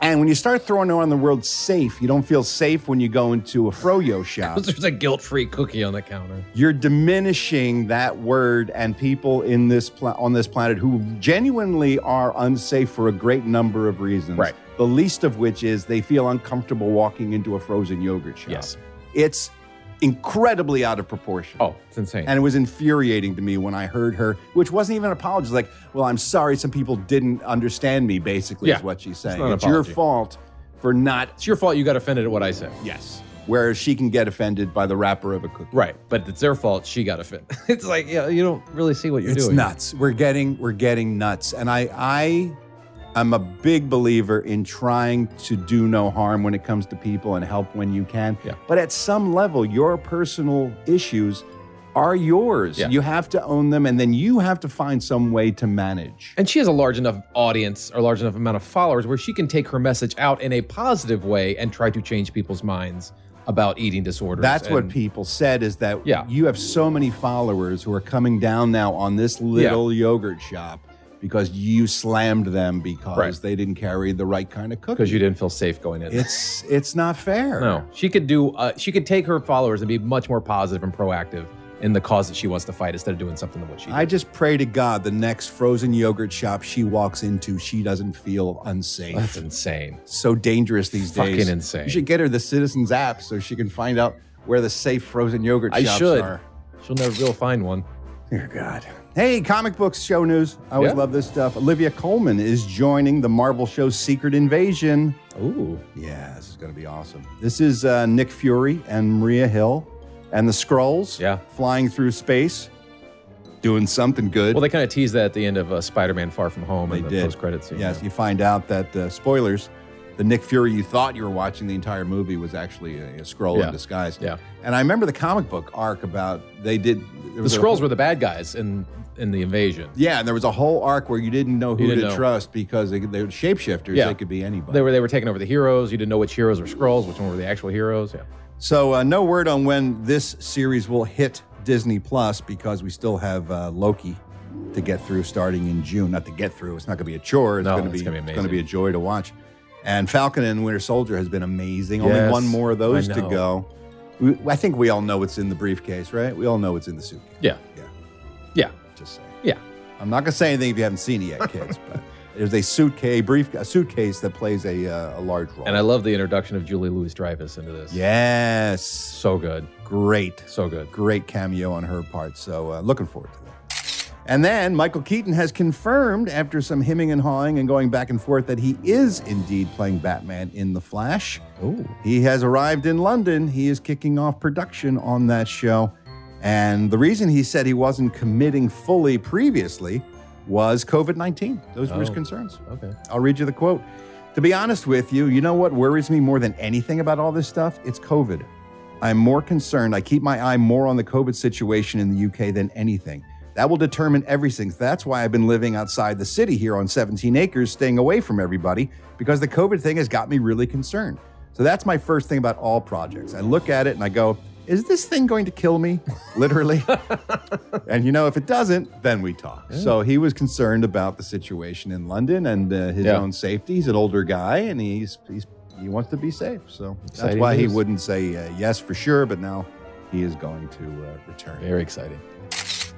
[SPEAKER 2] And when you start throwing around the word safe, you don't feel safe when you go into a froyo shop.
[SPEAKER 3] *laughs* There's a guilt-free cookie on the counter.
[SPEAKER 2] You're diminishing that word and people in this pla- on this planet who genuinely are unsafe for a great number of reasons. Right. The least of which is they feel uncomfortable walking into a frozen yogurt shop. Yes. It's incredibly out of proportion.
[SPEAKER 3] Oh, it's insane.
[SPEAKER 2] And it was infuriating to me when I heard her, which wasn't even an apology. It's Like, well, I'm sorry some people didn't understand me, basically,
[SPEAKER 3] Yeah.
[SPEAKER 2] is what she's
[SPEAKER 3] It's
[SPEAKER 2] saying.
[SPEAKER 3] not an
[SPEAKER 2] It's, your
[SPEAKER 3] apology.
[SPEAKER 2] fault for not.
[SPEAKER 3] It's your fault you got offended at what I said.
[SPEAKER 2] Yes. Whereas she can get offended by the wrapper of a cookie.
[SPEAKER 3] Right. But it's their fault she got offended. *laughs* it's like, yeah, you don't really see what you're
[SPEAKER 2] it's
[SPEAKER 3] doing.
[SPEAKER 2] nuts. We're getting we're getting nuts. And I I I'm a big believer in trying to do no harm when it comes to people and help when you can. But at some level, your personal issues are yours. You have to own them, and then you have to find some way to manage.
[SPEAKER 3] And she has a large enough audience or large enough amount of followers where she can take her message out in a positive way and try to change people's minds about eating disorders.
[SPEAKER 2] That's what
[SPEAKER 3] and-
[SPEAKER 2] people said is that you have so many followers who are coming down now on this little yogurt shop because you slammed them because
[SPEAKER 3] Right.
[SPEAKER 2] they didn't carry the right kind of cookies.
[SPEAKER 3] because you didn't feel safe going in.
[SPEAKER 2] It's it's not fair.
[SPEAKER 3] no. She could do. Uh, she could take her followers and be much more positive and proactive in the cause that she wants to fight instead of doing something that what she.
[SPEAKER 2] I just pray to God the next frozen yogurt shop she walks into, she doesn't feel unsafe.
[SPEAKER 3] That's insane.
[SPEAKER 2] So dangerous these
[SPEAKER 3] Fucking
[SPEAKER 2] days.
[SPEAKER 3] insane.
[SPEAKER 2] You should get her the Citizens app so she can find out where the safe frozen yogurt
[SPEAKER 3] I
[SPEAKER 2] shops
[SPEAKER 3] should.
[SPEAKER 2] are.
[SPEAKER 3] She'll never be able to find one.
[SPEAKER 2] Dear God. Hey, comic books show news. I always
[SPEAKER 3] Yeah.
[SPEAKER 2] love this stuff. Olivia Coleman is joining the Marvel show Secret Invasion.
[SPEAKER 3] Ooh.
[SPEAKER 2] Yeah, this is going to be awesome. This is uh, Nick Fury and Maria Hill and the Skrulls
[SPEAKER 3] Yeah.
[SPEAKER 2] flying through space, doing something good.
[SPEAKER 3] Well, they kind of teased that at the end of uh, Spider-Man: Far From Home
[SPEAKER 2] They
[SPEAKER 3] in the
[SPEAKER 2] did.
[SPEAKER 3] post-credit scene.
[SPEAKER 2] Yes, you find out that uh, spoilers, the Nick Fury you thought you were watching the entire movie was actually a, a scroll
[SPEAKER 3] Yeah.
[SPEAKER 2] in disguise.
[SPEAKER 3] Yeah.
[SPEAKER 2] and I remember the comic book arc about they did there
[SPEAKER 3] The
[SPEAKER 2] was a-
[SPEAKER 3] scrolls were the bad guys in in the invasion.
[SPEAKER 2] Yeah, and there was a whole arc were you didn't know who
[SPEAKER 3] You didn't
[SPEAKER 2] to
[SPEAKER 3] know.
[SPEAKER 2] trust because they, they were shapeshifters.
[SPEAKER 3] Yeah.
[SPEAKER 2] They could be anybody.
[SPEAKER 3] They were they were taking over the heroes. You didn't know which heroes were scrolls, which one were the actual heroes. Yeah.
[SPEAKER 2] So, uh, no word on when this series will hit Disney Plus because we still have uh, Loki to get through starting in June. Not to get through; it's not going to be a chore. It's
[SPEAKER 3] No,
[SPEAKER 2] going to
[SPEAKER 3] it's
[SPEAKER 2] be
[SPEAKER 3] gonna be
[SPEAKER 2] it's going to
[SPEAKER 3] amazing.
[SPEAKER 2] be a joy to watch. And Falcon and Winter Soldier has been amazing. Only
[SPEAKER 3] Yes,
[SPEAKER 2] one more of those
[SPEAKER 3] I
[SPEAKER 2] to
[SPEAKER 3] know.
[SPEAKER 2] go. We, I think we all know what's in the briefcase, right? We all know what's in the suitcase.
[SPEAKER 3] Yeah.
[SPEAKER 2] Yeah.
[SPEAKER 3] Yeah.
[SPEAKER 2] Just say.
[SPEAKER 3] Yeah.
[SPEAKER 2] I'm not going to say anything if you haven't seen it yet, kids.
[SPEAKER 3] *laughs*
[SPEAKER 2] but there's a suitcase, brief, a suitcase that plays a, uh, a large role.
[SPEAKER 3] And I love the introduction of Julie Louis Dreyfus into this.
[SPEAKER 2] Yes.
[SPEAKER 3] So good.
[SPEAKER 2] Great.
[SPEAKER 3] So good.
[SPEAKER 2] Great cameo on her part. So uh, looking forward to that. And then Michael Keaton has confirmed after some hemming and hawing and going back and forth that he is indeed playing Batman in The Flash.
[SPEAKER 3] Ooh.
[SPEAKER 2] He has arrived in London. He is kicking off production on that show. And the reason he said he wasn't committing fully previously was COVID 19. Those were his
[SPEAKER 3] Oh.
[SPEAKER 2] concerns.
[SPEAKER 3] Okay.
[SPEAKER 2] I'll read you the quote. To be honest with you, you know what worries me more than anything about all this stuff? It's COVID. I'm more concerned. I keep my eye more on the COVID situation in the UK than anything. That will determine everything. That's why I've been living outside the city here on 17 acres, staying away from everybody, because the COVID thing has got me really concerned. So that's my first thing about all projects. I look at it and I go, is this thing going to kill me? *laughs*
[SPEAKER 3] *laughs*
[SPEAKER 2] Literally. and you know, if it doesn't, then we talk. So he was concerned about the situation in London and uh, his
[SPEAKER 3] Yeah.
[SPEAKER 2] own safety. He's an older guy, and he's, he's he wants to be safe. So that's
[SPEAKER 3] Exciting
[SPEAKER 2] why he
[SPEAKER 3] news.
[SPEAKER 2] wouldn't say uh, yes for sure. But now he is going to uh, return.
[SPEAKER 3] Very exciting.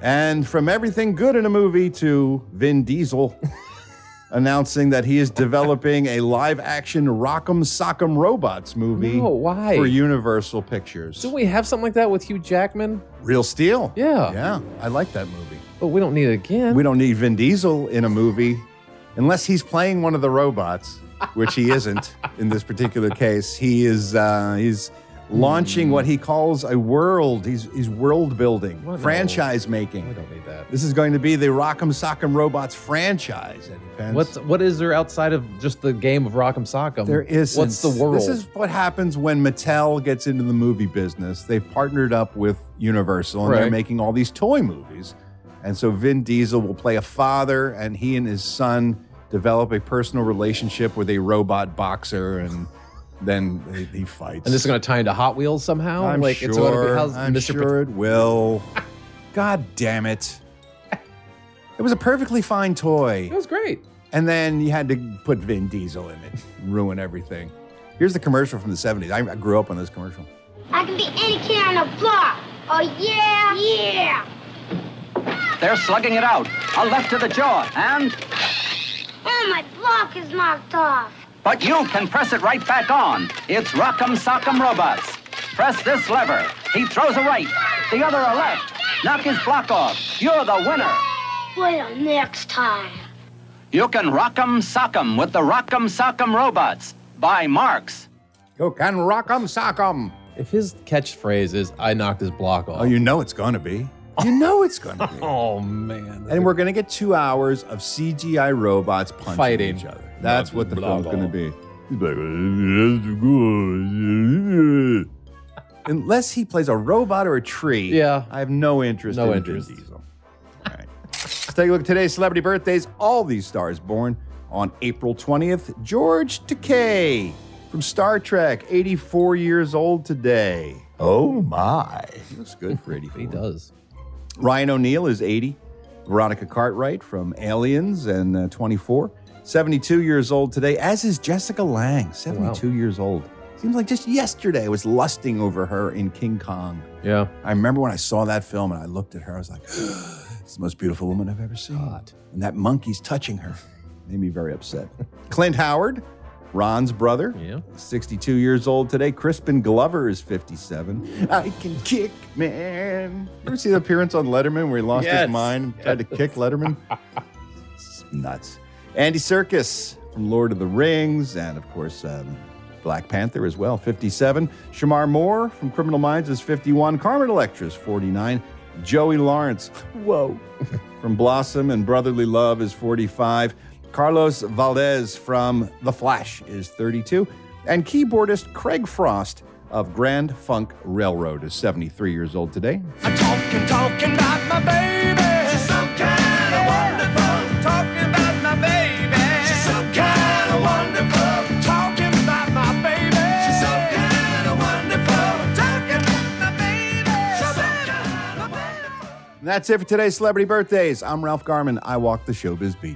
[SPEAKER 2] And from everything good in a movie to Vin
[SPEAKER 3] *laughs*
[SPEAKER 2] Diesel announcing that he is developing a live-action Rock'em Sock'em Robots movie
[SPEAKER 3] No, why?
[SPEAKER 2] for Universal Pictures.
[SPEAKER 3] Didn't we have something like that with Hugh Jackman?
[SPEAKER 2] Real Steel.
[SPEAKER 3] Yeah.
[SPEAKER 2] Yeah, I like that movie.
[SPEAKER 3] But we don't need it again.
[SPEAKER 2] We don't need Vin Diesel in a movie unless he's playing one of the robots, which he isn't in this particular case. He is uh, he's launching what he calls a world. He's he's world building,
[SPEAKER 3] Well, no.
[SPEAKER 2] franchise making.
[SPEAKER 3] We don't need that.
[SPEAKER 2] This is going to be the Rock'em Sock'em Robots franchise. Eddie Pence.
[SPEAKER 3] What's what is there outside of just the game of Rock'em Sock'em?
[SPEAKER 2] There is.
[SPEAKER 3] Mm. What's the world?
[SPEAKER 2] This is what happens when Mattel gets into the movie business. They've partnered up with Universal and they're
[SPEAKER 3] Right.
[SPEAKER 2] making all these toy movies. And so Vin Diesel will play a father, and he and his son develop a personal relationship with a robot boxer, and then he- he fights.
[SPEAKER 3] and this is going to tie into Hot Wheels somehow.
[SPEAKER 2] I'm
[SPEAKER 3] like
[SPEAKER 2] sure,
[SPEAKER 3] it's going to be how's
[SPEAKER 2] I'm
[SPEAKER 3] Mr.
[SPEAKER 2] sure it will. God damn it. It was a perfectly fine toy.
[SPEAKER 3] It was great.
[SPEAKER 2] And then you had to put Vin Diesel in it, ruin everything. Here's the commercial from the 70s. I I grew up on this commercial.
[SPEAKER 18] I can be any kid on the block. Oh, yeah. Yeah.
[SPEAKER 4] They're slugging it out. A left to the jaw, and
[SPEAKER 18] Oh, my block is knocked off.
[SPEAKER 4] but you can press it right back on. It's Rock'em Sock'em Robots. Press this lever. He throws a right, the other a left. Knock his block off. You're the winner.
[SPEAKER 18] Well, next time.
[SPEAKER 4] You can Rock'em Sock'em with the Rock'em Sock'em Robots by Marks.
[SPEAKER 2] You can Rock'em Sock'em.
[SPEAKER 3] If his catchphrase is "I knocked his block off,"
[SPEAKER 2] Oh, you know it's going to be. You know it's going to *laughs* be.
[SPEAKER 3] oh man,
[SPEAKER 2] and we're going to get two hours of CGI robots punching
[SPEAKER 3] Fighting.
[SPEAKER 2] each other. That's what the film's going to be. He's like, *laughs* Unless he plays a robot or a tree, yeah, I have no interest.
[SPEAKER 3] No
[SPEAKER 2] in
[SPEAKER 3] interest.
[SPEAKER 2] Vin Diesel. All right. Let's take a look at today's celebrity birthdays. All these stars born on April 20th. George Takei from Star Trek, 84 years old today. Oh my. He looks good for 84. he does. Ryan O'Neal is 80. Veronica Cartwright from Aliens and uh, 24. 72 years old today, as is Jessica Lang, 72 years old. Seems like just yesterday I was lusting over her in King Kong.
[SPEAKER 3] Yeah.
[SPEAKER 2] I remember when I saw that film and I looked at her, I was like, *gasps* it's the most beautiful woman I've ever seen. And that monkey's touching her. Made me very upset. *laughs* Clint Howard, Ron's brother, 62 years old today. Crispin Glover is 57. I can kick, man. Ever see the appearance on Letterman where he lost
[SPEAKER 1] Yes.
[SPEAKER 2] his mind, tried to kick Letterman? It's nuts. Andy Circus from Lord of the Rings, and of course, um, Black Panther as well, 57. Shamar Moore from Criminal Minds is 51. Carmen Electra is 49. Joey Lawrence, *laughs* whoa, from Blossom and Brotherly Love is 45. Carlos Valdez from The Flash is 32. And keyboardist Craig Frost of Grand Funk Railroad is 73 years old today.
[SPEAKER 5] Talking, talking about my baby. She's so kind of wonderful. Talking about my baby. She's so kind of wonderful. Talking about my baby. She's so kind of wonderful. Talking about my baby. She's so kind of wonderful.
[SPEAKER 2] And that's it for today's celebrity birthdays. I'm Ralph Garman. I walk the showbiz beat.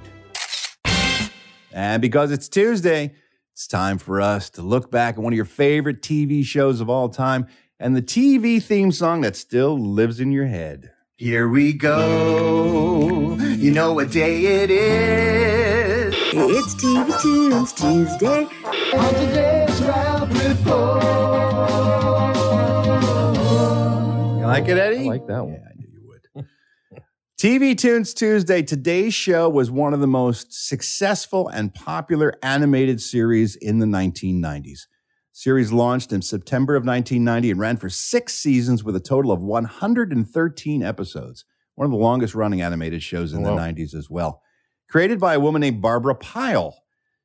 [SPEAKER 2] And because it's Tuesday, it's time for us to look back at one of your favorite TV shows of all time and the TV theme song that still lives in your head.
[SPEAKER 5] Here we go. You know what day it is. It's TV Tunes Tuesday. On today's Ralph Report.
[SPEAKER 2] You like it, Eddie? I like that one. Yeah, I knew *laughs* you would. TV Tunes Tuesday. Today's show was one of the most successful and popular animated series in the 1990s. Series launched in September of 1990 and ran for six seasons with a total of 113 episodes. One of the longest running animated shows in the 90s as well. Created by a woman named Barbara Pyle.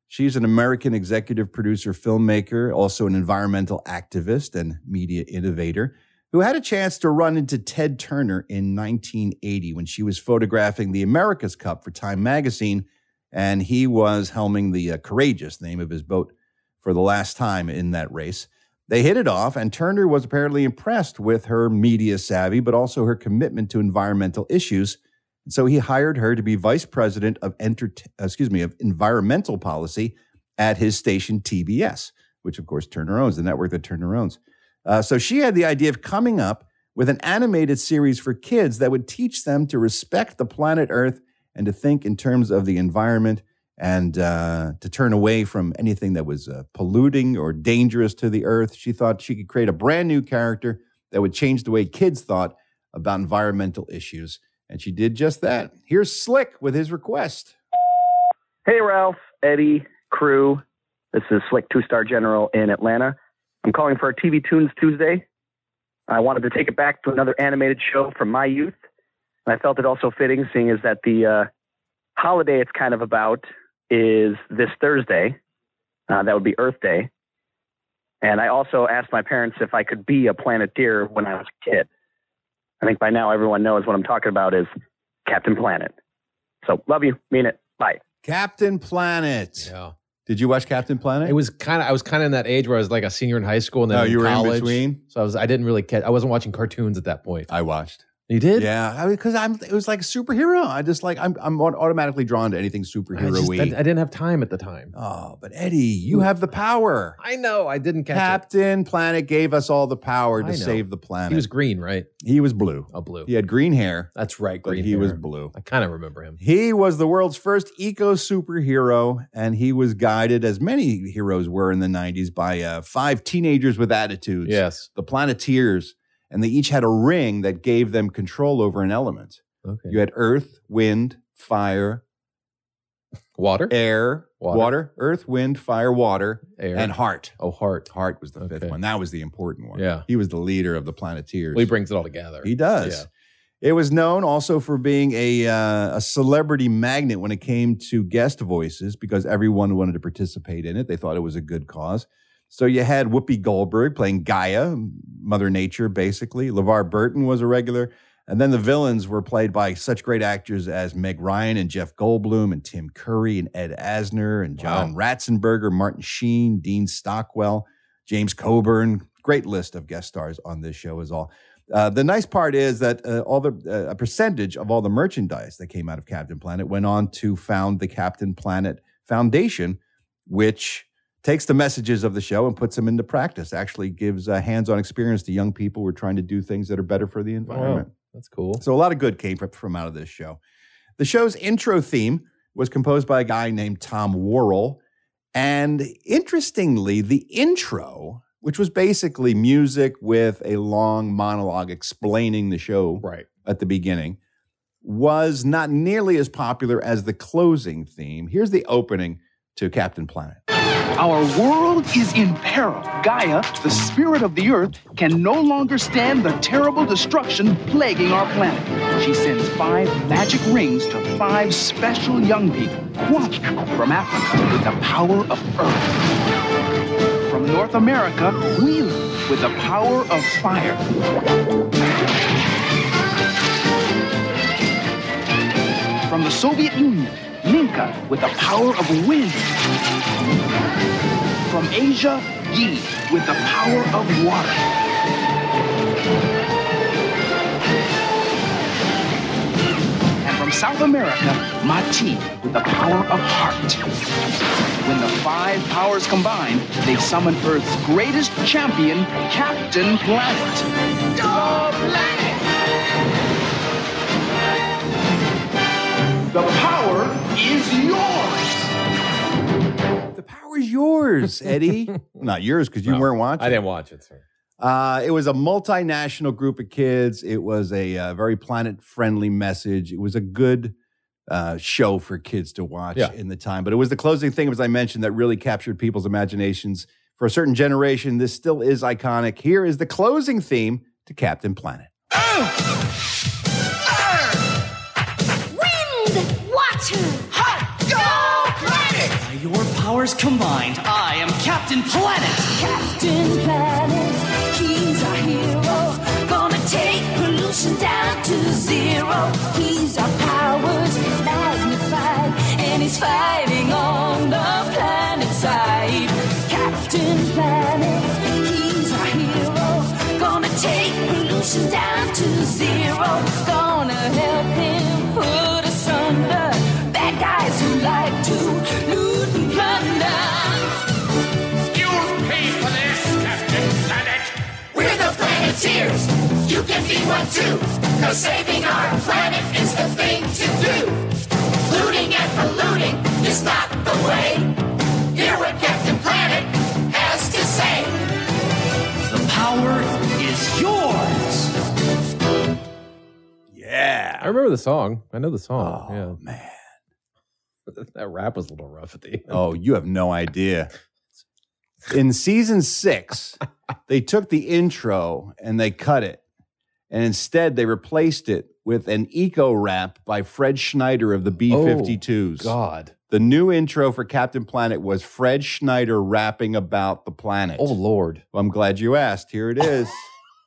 [SPEAKER 2] She's an American executive producer, filmmaker, also an environmental activist and media innovator, who had a chance to run into Ted Turner in 1980 when she was photographing the America's Cup for Time magazine, and he was helming the uh, courageous name of his boat for the last time in that race. They hit it off, and Turner was apparently impressed with her media savvy, but also her commitment to environmental issues. And so he hired her to be vice president of entert- excuse me of environmental policy at his station TBS, which of course Turner owns, the network that Turner owns. Uh, so she had the idea of coming up with an animated series for kids that would teach them to respect the planet Earth and to think in terms of the environment and uh, to turn away from anything that was uh, polluting or dangerous to the earth. She thought she could create a brand new character that would change the way kids thought about environmental issues. And she did just that. Here's Slick with his request.
[SPEAKER 19] Hey, Ralph, Eddie, crew. This is Slick Two Star General in Atlanta. I'm calling for a TV Tunes Tuesday. I wanted to take it back to another animated show from my youth. And I felt it also fitting, seeing as that the uh, holiday it's kind of about is this Thursday. Uh, that would be Earth Day. And I also asked my parents if I could be a Planeteer when I was a kid. I think by now everyone knows what I'm talking about is Captain Planet. So love you, mean it. Bye.
[SPEAKER 2] Captain Planet.
[SPEAKER 3] Yeah.
[SPEAKER 2] Did you watch Captain Planet?
[SPEAKER 3] It was kind of I was kind of in that age where I was like a senior in high school and then
[SPEAKER 2] Oh,
[SPEAKER 3] in
[SPEAKER 2] you were in
[SPEAKER 3] college.
[SPEAKER 2] between?
[SPEAKER 3] So I was I didn't really catch I wasn't watching cartoons at that point.
[SPEAKER 2] I watched.
[SPEAKER 3] You did?
[SPEAKER 2] Yeah, because I'm. It was like a superhero. I just like I'm. I'm au- automatically drawn to anything
[SPEAKER 3] I, just- I- I
[SPEAKER 2] superhero-y.
[SPEAKER 3] didn't have time at the time.
[SPEAKER 2] Oh, but Eddie, you have the power.
[SPEAKER 3] I know. I didn't catch
[SPEAKER 2] Captain Planet gave us all the power to
[SPEAKER 3] I know.
[SPEAKER 2] save the
[SPEAKER 3] it.
[SPEAKER 2] planet.
[SPEAKER 3] He was green, right?
[SPEAKER 2] He was blue.
[SPEAKER 3] Oh, blue.
[SPEAKER 2] He had green hair.
[SPEAKER 3] That's right.
[SPEAKER 2] But
[SPEAKER 3] Green.
[SPEAKER 2] he was
[SPEAKER 3] hair.
[SPEAKER 2] blue.
[SPEAKER 3] I kind of remember him.
[SPEAKER 2] He was the world's first eco superhero, and he was guided, as many heroes were in the 90s, by uh, five teenagers with attitudes.
[SPEAKER 3] Yes.
[SPEAKER 2] The Planeteers. And they each had a ring that gave them control over an element.
[SPEAKER 3] Okay.
[SPEAKER 2] You had earth, wind, fire,
[SPEAKER 3] water,
[SPEAKER 2] air,
[SPEAKER 3] Water.
[SPEAKER 2] water, earth, wind, fire, water,
[SPEAKER 3] Air.
[SPEAKER 2] and heart.
[SPEAKER 3] Oh, heart.
[SPEAKER 2] Heart was the fifth one. That was the important one.
[SPEAKER 3] Yeah.
[SPEAKER 2] He was the leader of the Planeteers.
[SPEAKER 3] Well, he brings it all together.
[SPEAKER 2] He does. It was known also for being a, uh, a celebrity magnet when it came to guest voices because everyone wanted to participate in it. They thought it was a good cause. So you had Whoopi Goldberg playing Gaia, Mother Nature, basically. LeVar Burton was a regular. And then the villains were played by such great actors as Meg Ryan and Jeff Goldblum and Tim Curry and Ed Asner and John Ratzenberger, Martin Sheen, Dean Stockwell, James Coburn. Great list of guest stars on this show is all. Uh, the nice part is that uh, all the uh, a percentage of all the merchandise that came out of Captain Planet went on to found the Captain Planet Foundation, which takes the messages of the show and puts them into practice. Actually, gives a hands-on experience to young people who are trying to do things that are better for the environment.
[SPEAKER 3] That's cool.
[SPEAKER 2] So a lot of good came from, from out of this show. The show's intro theme was composed by a guy named Tom Worrell. And interestingly, the intro, which was basically music with a long monologue explaining the show
[SPEAKER 3] right.
[SPEAKER 2] at the beginning, was not nearly as popular as the closing theme. Here's the opening to Captain Planet.
[SPEAKER 8] Our world is in peril. Gaia, the spirit of the earth, can no longer stand the terrible destruction plaguing our planet. She sends five magic rings to five special young people. One from Africa with the power of earth. From North America, Wheeler with the power of fire. From the Soviet Union, Minka with the power of wind. From Asia, Yi with the power of water. And from South America, Mati with the power of heart. When the five powers combine, they summon Earth's greatest champion, Captain Planet. The power is yours!
[SPEAKER 2] Where's yours, Eddie? *laughs* Not yours because you weren't watching.
[SPEAKER 3] I didn't watch it, sir.
[SPEAKER 2] Uh, it was a multinational group of kids. It was a, uh very planet friendly message. It was a good uh, show for kids to watch
[SPEAKER 3] Yeah.
[SPEAKER 2] in the time. But it was the closing thing, as I mentioned, that really captured people's imaginations. For a certain generation, this still is iconic. Here is the closing theme to Captain Planet.
[SPEAKER 9] Wind, water, hot, go planet.
[SPEAKER 20] Your powers combined, I am Captain Planet.
[SPEAKER 9] Captain Planet, he's our hero. Gonna take pollution down to zero. He's our powers magnified, and he's fighting on the planet side. Captain Planet, he's our hero. Gonna take pollution down to zero. Gonna help him put us under. Bad guys who like to loot and plunder. You'll pay for this, Captain Planet. We're the Planeteers. You can be one too. Cause saving our planet is the thing to do. Looting and polluting is not the way. Hear what Captain Planet has to say. The power is yours.
[SPEAKER 2] Yeah.
[SPEAKER 3] I remember the song. I know the song. yeah. Oh, man. *laughs* That rap was a little rough at the end.
[SPEAKER 2] Oh, you have no idea. In season
[SPEAKER 3] *laughs*
[SPEAKER 2] six, they took the intro and they cut it. And instead, they replaced it with an eco rap by Fred Schneider of the B 52s.
[SPEAKER 3] Oh, God.
[SPEAKER 2] The new intro for Captain Planet was Fred Schneider rapping about the planet. Oh,
[SPEAKER 3] Lord. Oh
[SPEAKER 2] Well, I'm glad you asked.
[SPEAKER 3] *laughs*
[SPEAKER 2] Here it is.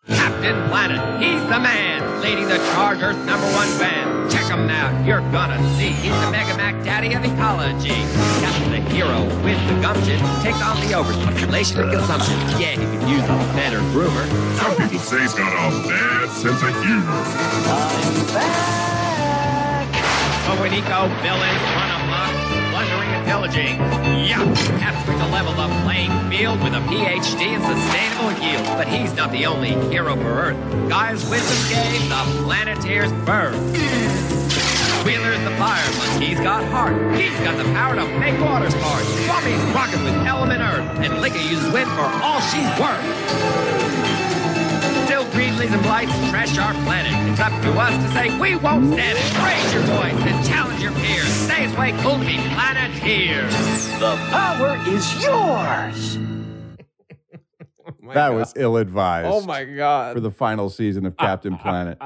[SPEAKER 16] Captain Planet, he's the man, leading the charge Earth's number one band. Check him out, you're gonna see. He's the Mega Mac Daddy of ecology. Captain the hero with the gumption, takes on the overpopulation and consumption. Yeah, he could use a better groomer. Some people say he's got a bad sense of humor. But when eco villains run amok, plundering and pillaging, yuck, having to level the playing field with a PhD in sustainable yield. But he's not the only hero for Earth. Guy's wisdom gave the planeteers birth. Wheeler's the fire, but he's got heart. He's got the power to make water smart. Swampy's rocking with element Earth, and Linka uses wind for all she's worth. Still Greenleys and blights trash our planet. It's up to us to say we won't stand it. Raise your voice and challenge your peers. Stay way cool to be planeteers. The power is yours.
[SPEAKER 2] that was ill advised
[SPEAKER 3] Oh, my God.
[SPEAKER 2] for the final season of Captain Planet.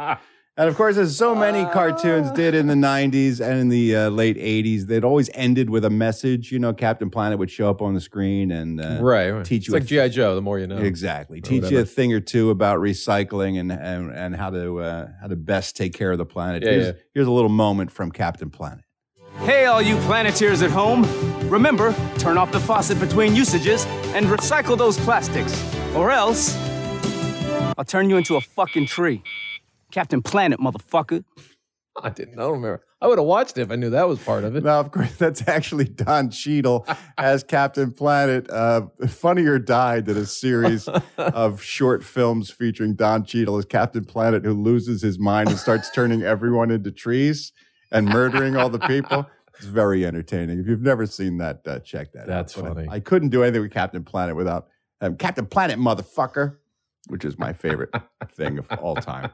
[SPEAKER 2] And of course, as so many cartoons did in the 90s and in the uh, late 80s, they'd always ended with a message. You know, Captain Planet would show up on the screen and uh,
[SPEAKER 3] right, right.
[SPEAKER 2] teach you
[SPEAKER 3] it's
[SPEAKER 2] a
[SPEAKER 3] like GI Joe. The more you know,
[SPEAKER 2] Exactly.
[SPEAKER 3] Or
[SPEAKER 2] Teach you a
[SPEAKER 3] whatever.
[SPEAKER 2] thing or two about recycling and and, and how to uh, how to best take care of the planet.
[SPEAKER 7] Yeah,
[SPEAKER 2] here's,
[SPEAKER 7] yeah.
[SPEAKER 2] here's a little moment from Captain Planet.
[SPEAKER 7] Hey, all you planeteers at home. Remember, turn off the faucet between usages and recycle those plastics, or else I'll turn you into a fucking tree. Captain Planet, motherfucker.
[SPEAKER 3] I didn't know. Remember, I would have watched it if I knew that was part of it.
[SPEAKER 2] Now, of course, *laughs* that's actually Don Cheadle as Captain Planet. Uh, Funnier Die did a series of short films featuring Don Cheadle as Captain Planet, who loses his mind and starts turning everyone into trees and murdering all the people. It's very entertaining. If you've never seen that, uh, check that
[SPEAKER 3] That's
[SPEAKER 2] out. But I-
[SPEAKER 3] funny.
[SPEAKER 2] I couldn't do anything with Captain Planet without um, Captain Planet, motherfucker, which is my
[SPEAKER 3] *laughs*
[SPEAKER 2] favorite thing of all time.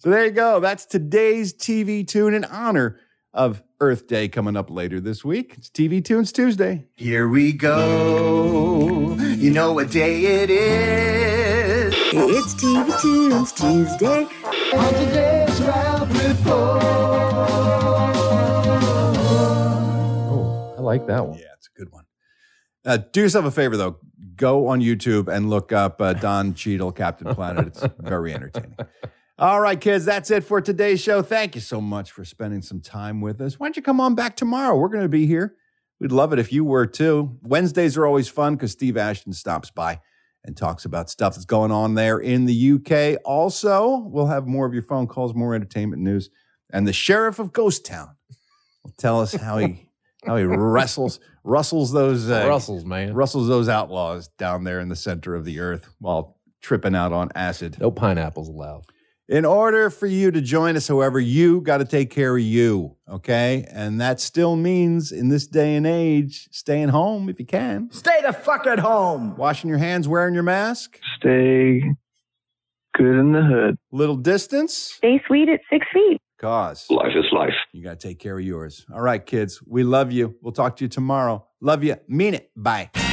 [SPEAKER 2] So there you go. That's today's TV tune in honor of Earth Day coming up later this week. It's TV Tunes Tuesday.
[SPEAKER 8] Here we go. You know what day it is. It's TV Tunes Tuesday. On today's Ralph
[SPEAKER 3] Oh, I like that one.
[SPEAKER 2] Yeah, it's a good one. Uh, do yourself a favor though. Go on YouTube and look up uh, Don Cheadle, Captain Planet. It's very entertaining. All right, kids, that's it for today's show. Thank you so much for spending some time with us. Why don't you come on back tomorrow? We're going to be here. We'd love it if you were too. Wednesdays are always fun because Steve Ashton stops by and talks about stuff that's going on there in the UK. Also, we'll have more of your phone calls, more entertainment news, and the sheriff of Ghost Town will tell us how he how he wrestles rustles those uh,
[SPEAKER 3] Rustles, man.
[SPEAKER 2] rustles those outlaws down there in the center of the earth while tripping out on acid.
[SPEAKER 3] No pineapples allowed.
[SPEAKER 2] In order for you to join us, however, you got to take care of you, okay? And that still means in this day and age, staying home if you can. Stay the fuck at home. Washing your hands, wearing your mask.
[SPEAKER 12] Stay good in the hood.
[SPEAKER 2] Little distance.
[SPEAKER 21] Stay sweet at six feet.
[SPEAKER 2] Cause life is life. You got to take care of yours. All right, kids. We love you. We'll talk to you tomorrow. Love you. Mean it. Bye.